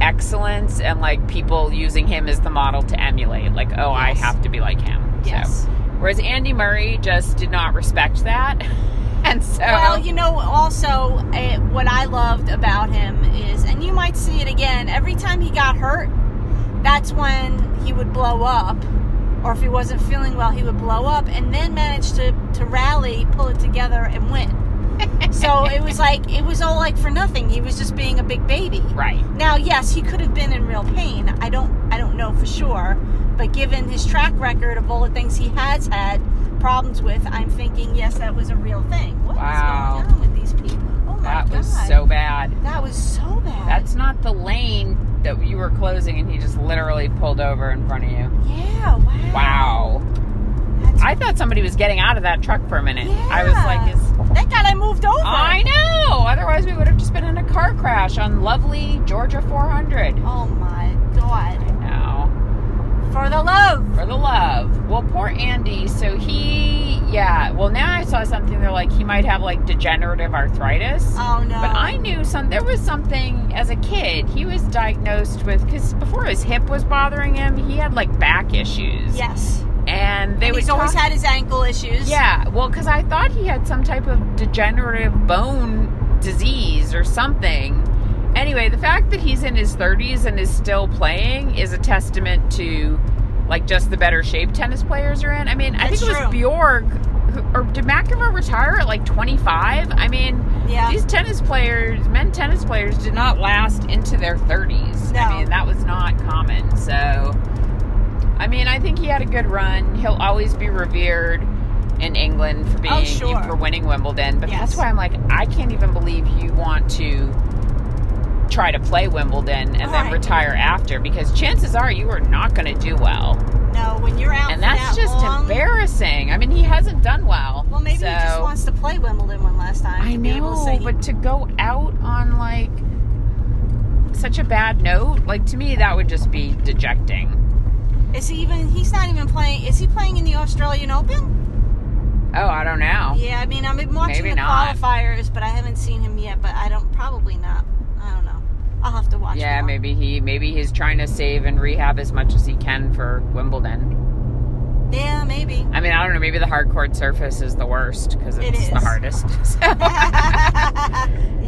[SPEAKER 3] excellence and like people using him as the model to emulate. Like, oh, I
[SPEAKER 2] Yes.
[SPEAKER 3] have to be like him. So-
[SPEAKER 2] Yes.
[SPEAKER 3] Whereas Andy Murray just did not respect that. [LAUGHS] And so
[SPEAKER 2] Well, you know, also uh, what I loved about him is, and you might see it again, every time he got hurt, that's when he would blow up. Or if he wasn't feeling well, he would blow up and then manage to, to rally, pull it together, and win. so it was like, it was all like for nothing. He was just being a big baby.
[SPEAKER 3] right.
[SPEAKER 2] Now, yes, he could have been in real pain. I don't I don't know for sure, but given his track record of all the things he has had problems with, I'm thinking yes, that was a real thing. What is
[SPEAKER 3] Wow.
[SPEAKER 2] going on with these people? Oh my
[SPEAKER 3] That
[SPEAKER 2] god.
[SPEAKER 3] was so bad.
[SPEAKER 2] That was so bad.
[SPEAKER 3] That's not the lane that you were closing and he just literally pulled over in front of you.
[SPEAKER 2] Yeah, wow.
[SPEAKER 3] Wow.
[SPEAKER 2] That's-
[SPEAKER 3] I thought somebody was getting out of that truck for a minute. I was
[SPEAKER 2] Yeah.
[SPEAKER 3] like, is
[SPEAKER 2] Thank God I moved over.
[SPEAKER 3] I know. Otherwise we would have just been in a car crash on lovely Georgia 400.
[SPEAKER 2] Oh my god.
[SPEAKER 3] No.
[SPEAKER 2] For the love.
[SPEAKER 3] for the love. Well, poor Andy. So he, yeah. Well, now I saw something. They're like he might have like degenerative arthritis.
[SPEAKER 2] Oh no.
[SPEAKER 3] But I knew some. There was something as a kid. He was diagnosed with because before his hip was bothering him, he had like back issues.
[SPEAKER 2] Yes.
[SPEAKER 3] And they
[SPEAKER 2] And
[SPEAKER 3] would
[SPEAKER 2] He's always
[SPEAKER 3] talk-
[SPEAKER 2] had his ankle issues.
[SPEAKER 3] Yeah. Well, because I thought he had some type of degenerative bone disease or something. Anyway, the fact that he's in his 30s and is still playing is a testament to like just the better shape tennis players are in. I mean, I
[SPEAKER 2] That's
[SPEAKER 3] think it was
[SPEAKER 2] true.
[SPEAKER 3] Bjork who- or did McEnroe retire at like 25? I mean,
[SPEAKER 2] Yeah.
[SPEAKER 3] these tennis players, men tennis players, did not last into their 30s. I
[SPEAKER 2] No.
[SPEAKER 3] mean, that was not common. So, I mean, I think he had a good run. He'll always be revered in England for being
[SPEAKER 2] Oh, sure.
[SPEAKER 3] for winning Wimbledon. But that's
[SPEAKER 2] Yes.
[SPEAKER 3] why I'm like, I can't even believe you want to try to play Wimbledon and then
[SPEAKER 2] Right.
[SPEAKER 3] retire after because chances are you are not going to do well.
[SPEAKER 2] No, when you're out
[SPEAKER 3] And
[SPEAKER 2] for
[SPEAKER 3] that's
[SPEAKER 2] that
[SPEAKER 3] just
[SPEAKER 2] long,
[SPEAKER 3] embarrassing. I mean, he hasn't done well.
[SPEAKER 2] Well, maybe he just
[SPEAKER 3] so-
[SPEAKER 2] wants to play Wimbledon one last time.
[SPEAKER 3] I
[SPEAKER 2] to be able to
[SPEAKER 3] know,
[SPEAKER 2] say he-
[SPEAKER 3] but to go out on like such a bad note, like to me, that would just be dejecting.
[SPEAKER 2] is he even? He's not even playing. Is he playing in the Australian Open?
[SPEAKER 3] Oh, I don't know.
[SPEAKER 2] Yeah, I mean, I've been watching
[SPEAKER 3] Maybe
[SPEAKER 2] the
[SPEAKER 3] not.
[SPEAKER 2] qualifiers, but I haven't seen him yet. But I don't, probably not. I don't know. I'll have to watch.
[SPEAKER 3] Yeah,
[SPEAKER 2] more.
[SPEAKER 3] maybe he maybe he's trying to save and rehab as much as he can for Wimbledon.
[SPEAKER 2] Yeah, maybe.
[SPEAKER 3] I mean, I don't know. Maybe the hard court surface is the worst because
[SPEAKER 2] It
[SPEAKER 3] it's the
[SPEAKER 2] is.
[SPEAKER 3] hardest. [LAUGHS] So-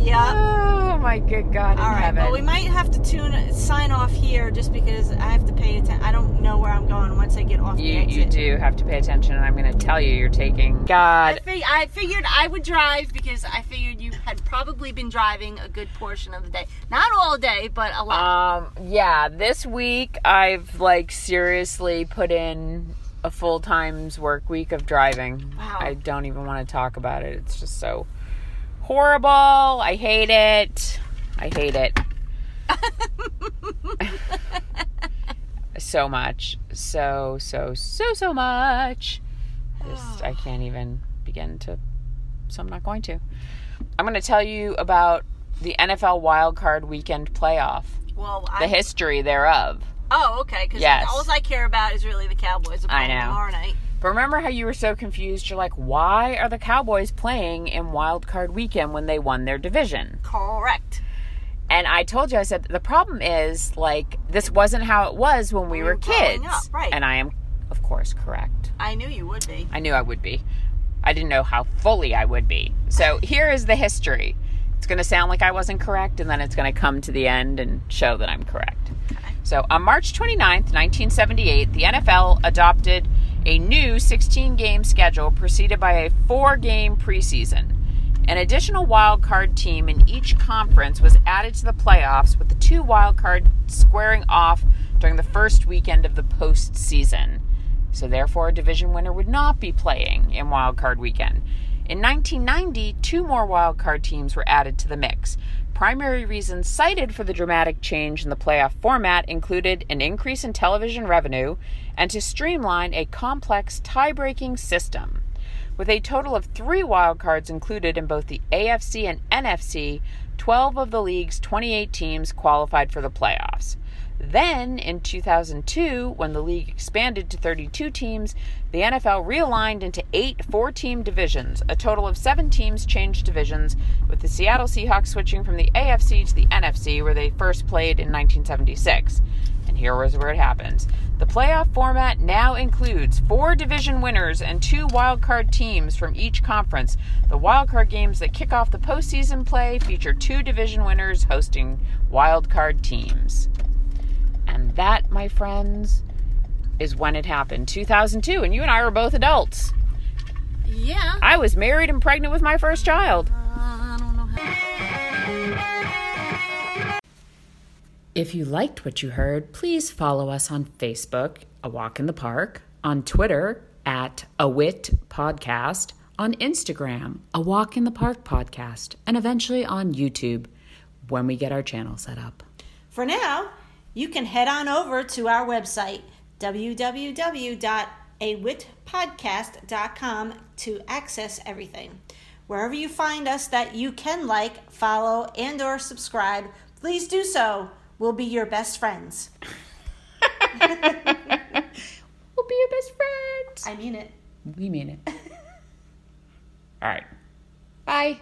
[SPEAKER 2] yeah.
[SPEAKER 3] oh my good God in
[SPEAKER 2] All right.
[SPEAKER 3] heaven!
[SPEAKER 2] Well, we might have to tune sign off here just because I have to pay attention. I don't know where I'm going once I get off the
[SPEAKER 3] you
[SPEAKER 2] exit.
[SPEAKER 3] you do have to pay attention, and I'm going to tell you you're taking God.
[SPEAKER 2] I, fig- I figured I would drive because I figured you had probably been driving a good portion of the day. Not all day, but a lot.
[SPEAKER 3] Um, yeah, this week I've like seriously put in a full time's work week of driving.
[SPEAKER 2] Wow.
[SPEAKER 3] I don't even want to talk about it. It's just so horrible. I hate it. I
[SPEAKER 2] [LAUGHS]
[SPEAKER 3] hate it. so much. So, so, so, so much. Just,
[SPEAKER 2] [SIGHS]
[SPEAKER 3] I can't even begin to, so I'm not going to. I'm going to tell you about the NFL wildcard weekend playoff
[SPEAKER 2] well,
[SPEAKER 3] the
[SPEAKER 2] I,
[SPEAKER 3] history thereof.
[SPEAKER 2] oh, okay. Because
[SPEAKER 3] Yes.
[SPEAKER 2] all I care about is really the Cowboys. are
[SPEAKER 3] I
[SPEAKER 2] playing
[SPEAKER 3] know.
[SPEAKER 2] Tomorrow night.
[SPEAKER 3] But remember how you were so confused? You're like, why are the Cowboys playing in wild card weekend when they won their division?
[SPEAKER 2] Correct.
[SPEAKER 3] And I told you, I said, the problem is, like, this wasn't how it was when we were
[SPEAKER 2] growing
[SPEAKER 3] kids.
[SPEAKER 2] up, right.
[SPEAKER 3] And I am, of course, correct.
[SPEAKER 2] I knew you would be.
[SPEAKER 3] I knew I would be. I didn't know how fully I would be. So here is the history. It's going to sound like I wasn't correct, and then it's going to come to the end and show that I'm correct. So on March 29th, 1978, the NFL adopted a new 16 game schedule preceded by a four game preseason. An additional wild card team in each conference was added to the playoffs, with the two wild cards squaring off during the first weekend of the postseason. So therefore, a division winner would not be playing in Wild Card Weekend. In 1990, two more Wild Card teams were added to the mix. Primary reasons cited for the dramatic change in the playoff format included an increase in television revenue and to streamline a complex tie-breaking system. With a total of three wild cards included in both the AFC and NFC, 12 of the league's 28 teams qualified for the playoffs. Then, in 2002, when the league expanded to 32 teams, the NFL realigned into eight four team divisions. A total of seven teams changed divisions, with the Seattle Seahawks switching from the AFC to the NFC, where they first played in 1976. And here is where it happens. The playoff format now includes four division winners and two wildcard teams from each conference. The wildcard games that kick off the postseason play feature two division winners hosting wildcard teams. And that, my friends, is when it happened 2002. And you and I were both adults.
[SPEAKER 2] Yeah.
[SPEAKER 3] I was married and pregnant with my first child.
[SPEAKER 2] I don't know how.
[SPEAKER 3] If you liked what you heard, please follow us on Facebook, A Walk in the Park, on Twitter at A Wit Podcast, on Instagram, A Walk in the Park Podcast, and eventually on YouTube when we get our channel set up.
[SPEAKER 2] For now, you can head on over to our website, www.awitpodcast.com, to access everything. Wherever you find us that you can like, follow, and or subscribe, please do so. We'll be your best friends.
[SPEAKER 3] We'll be your best friends.
[SPEAKER 2] I mean it.
[SPEAKER 3] We mean it. All right. Bye.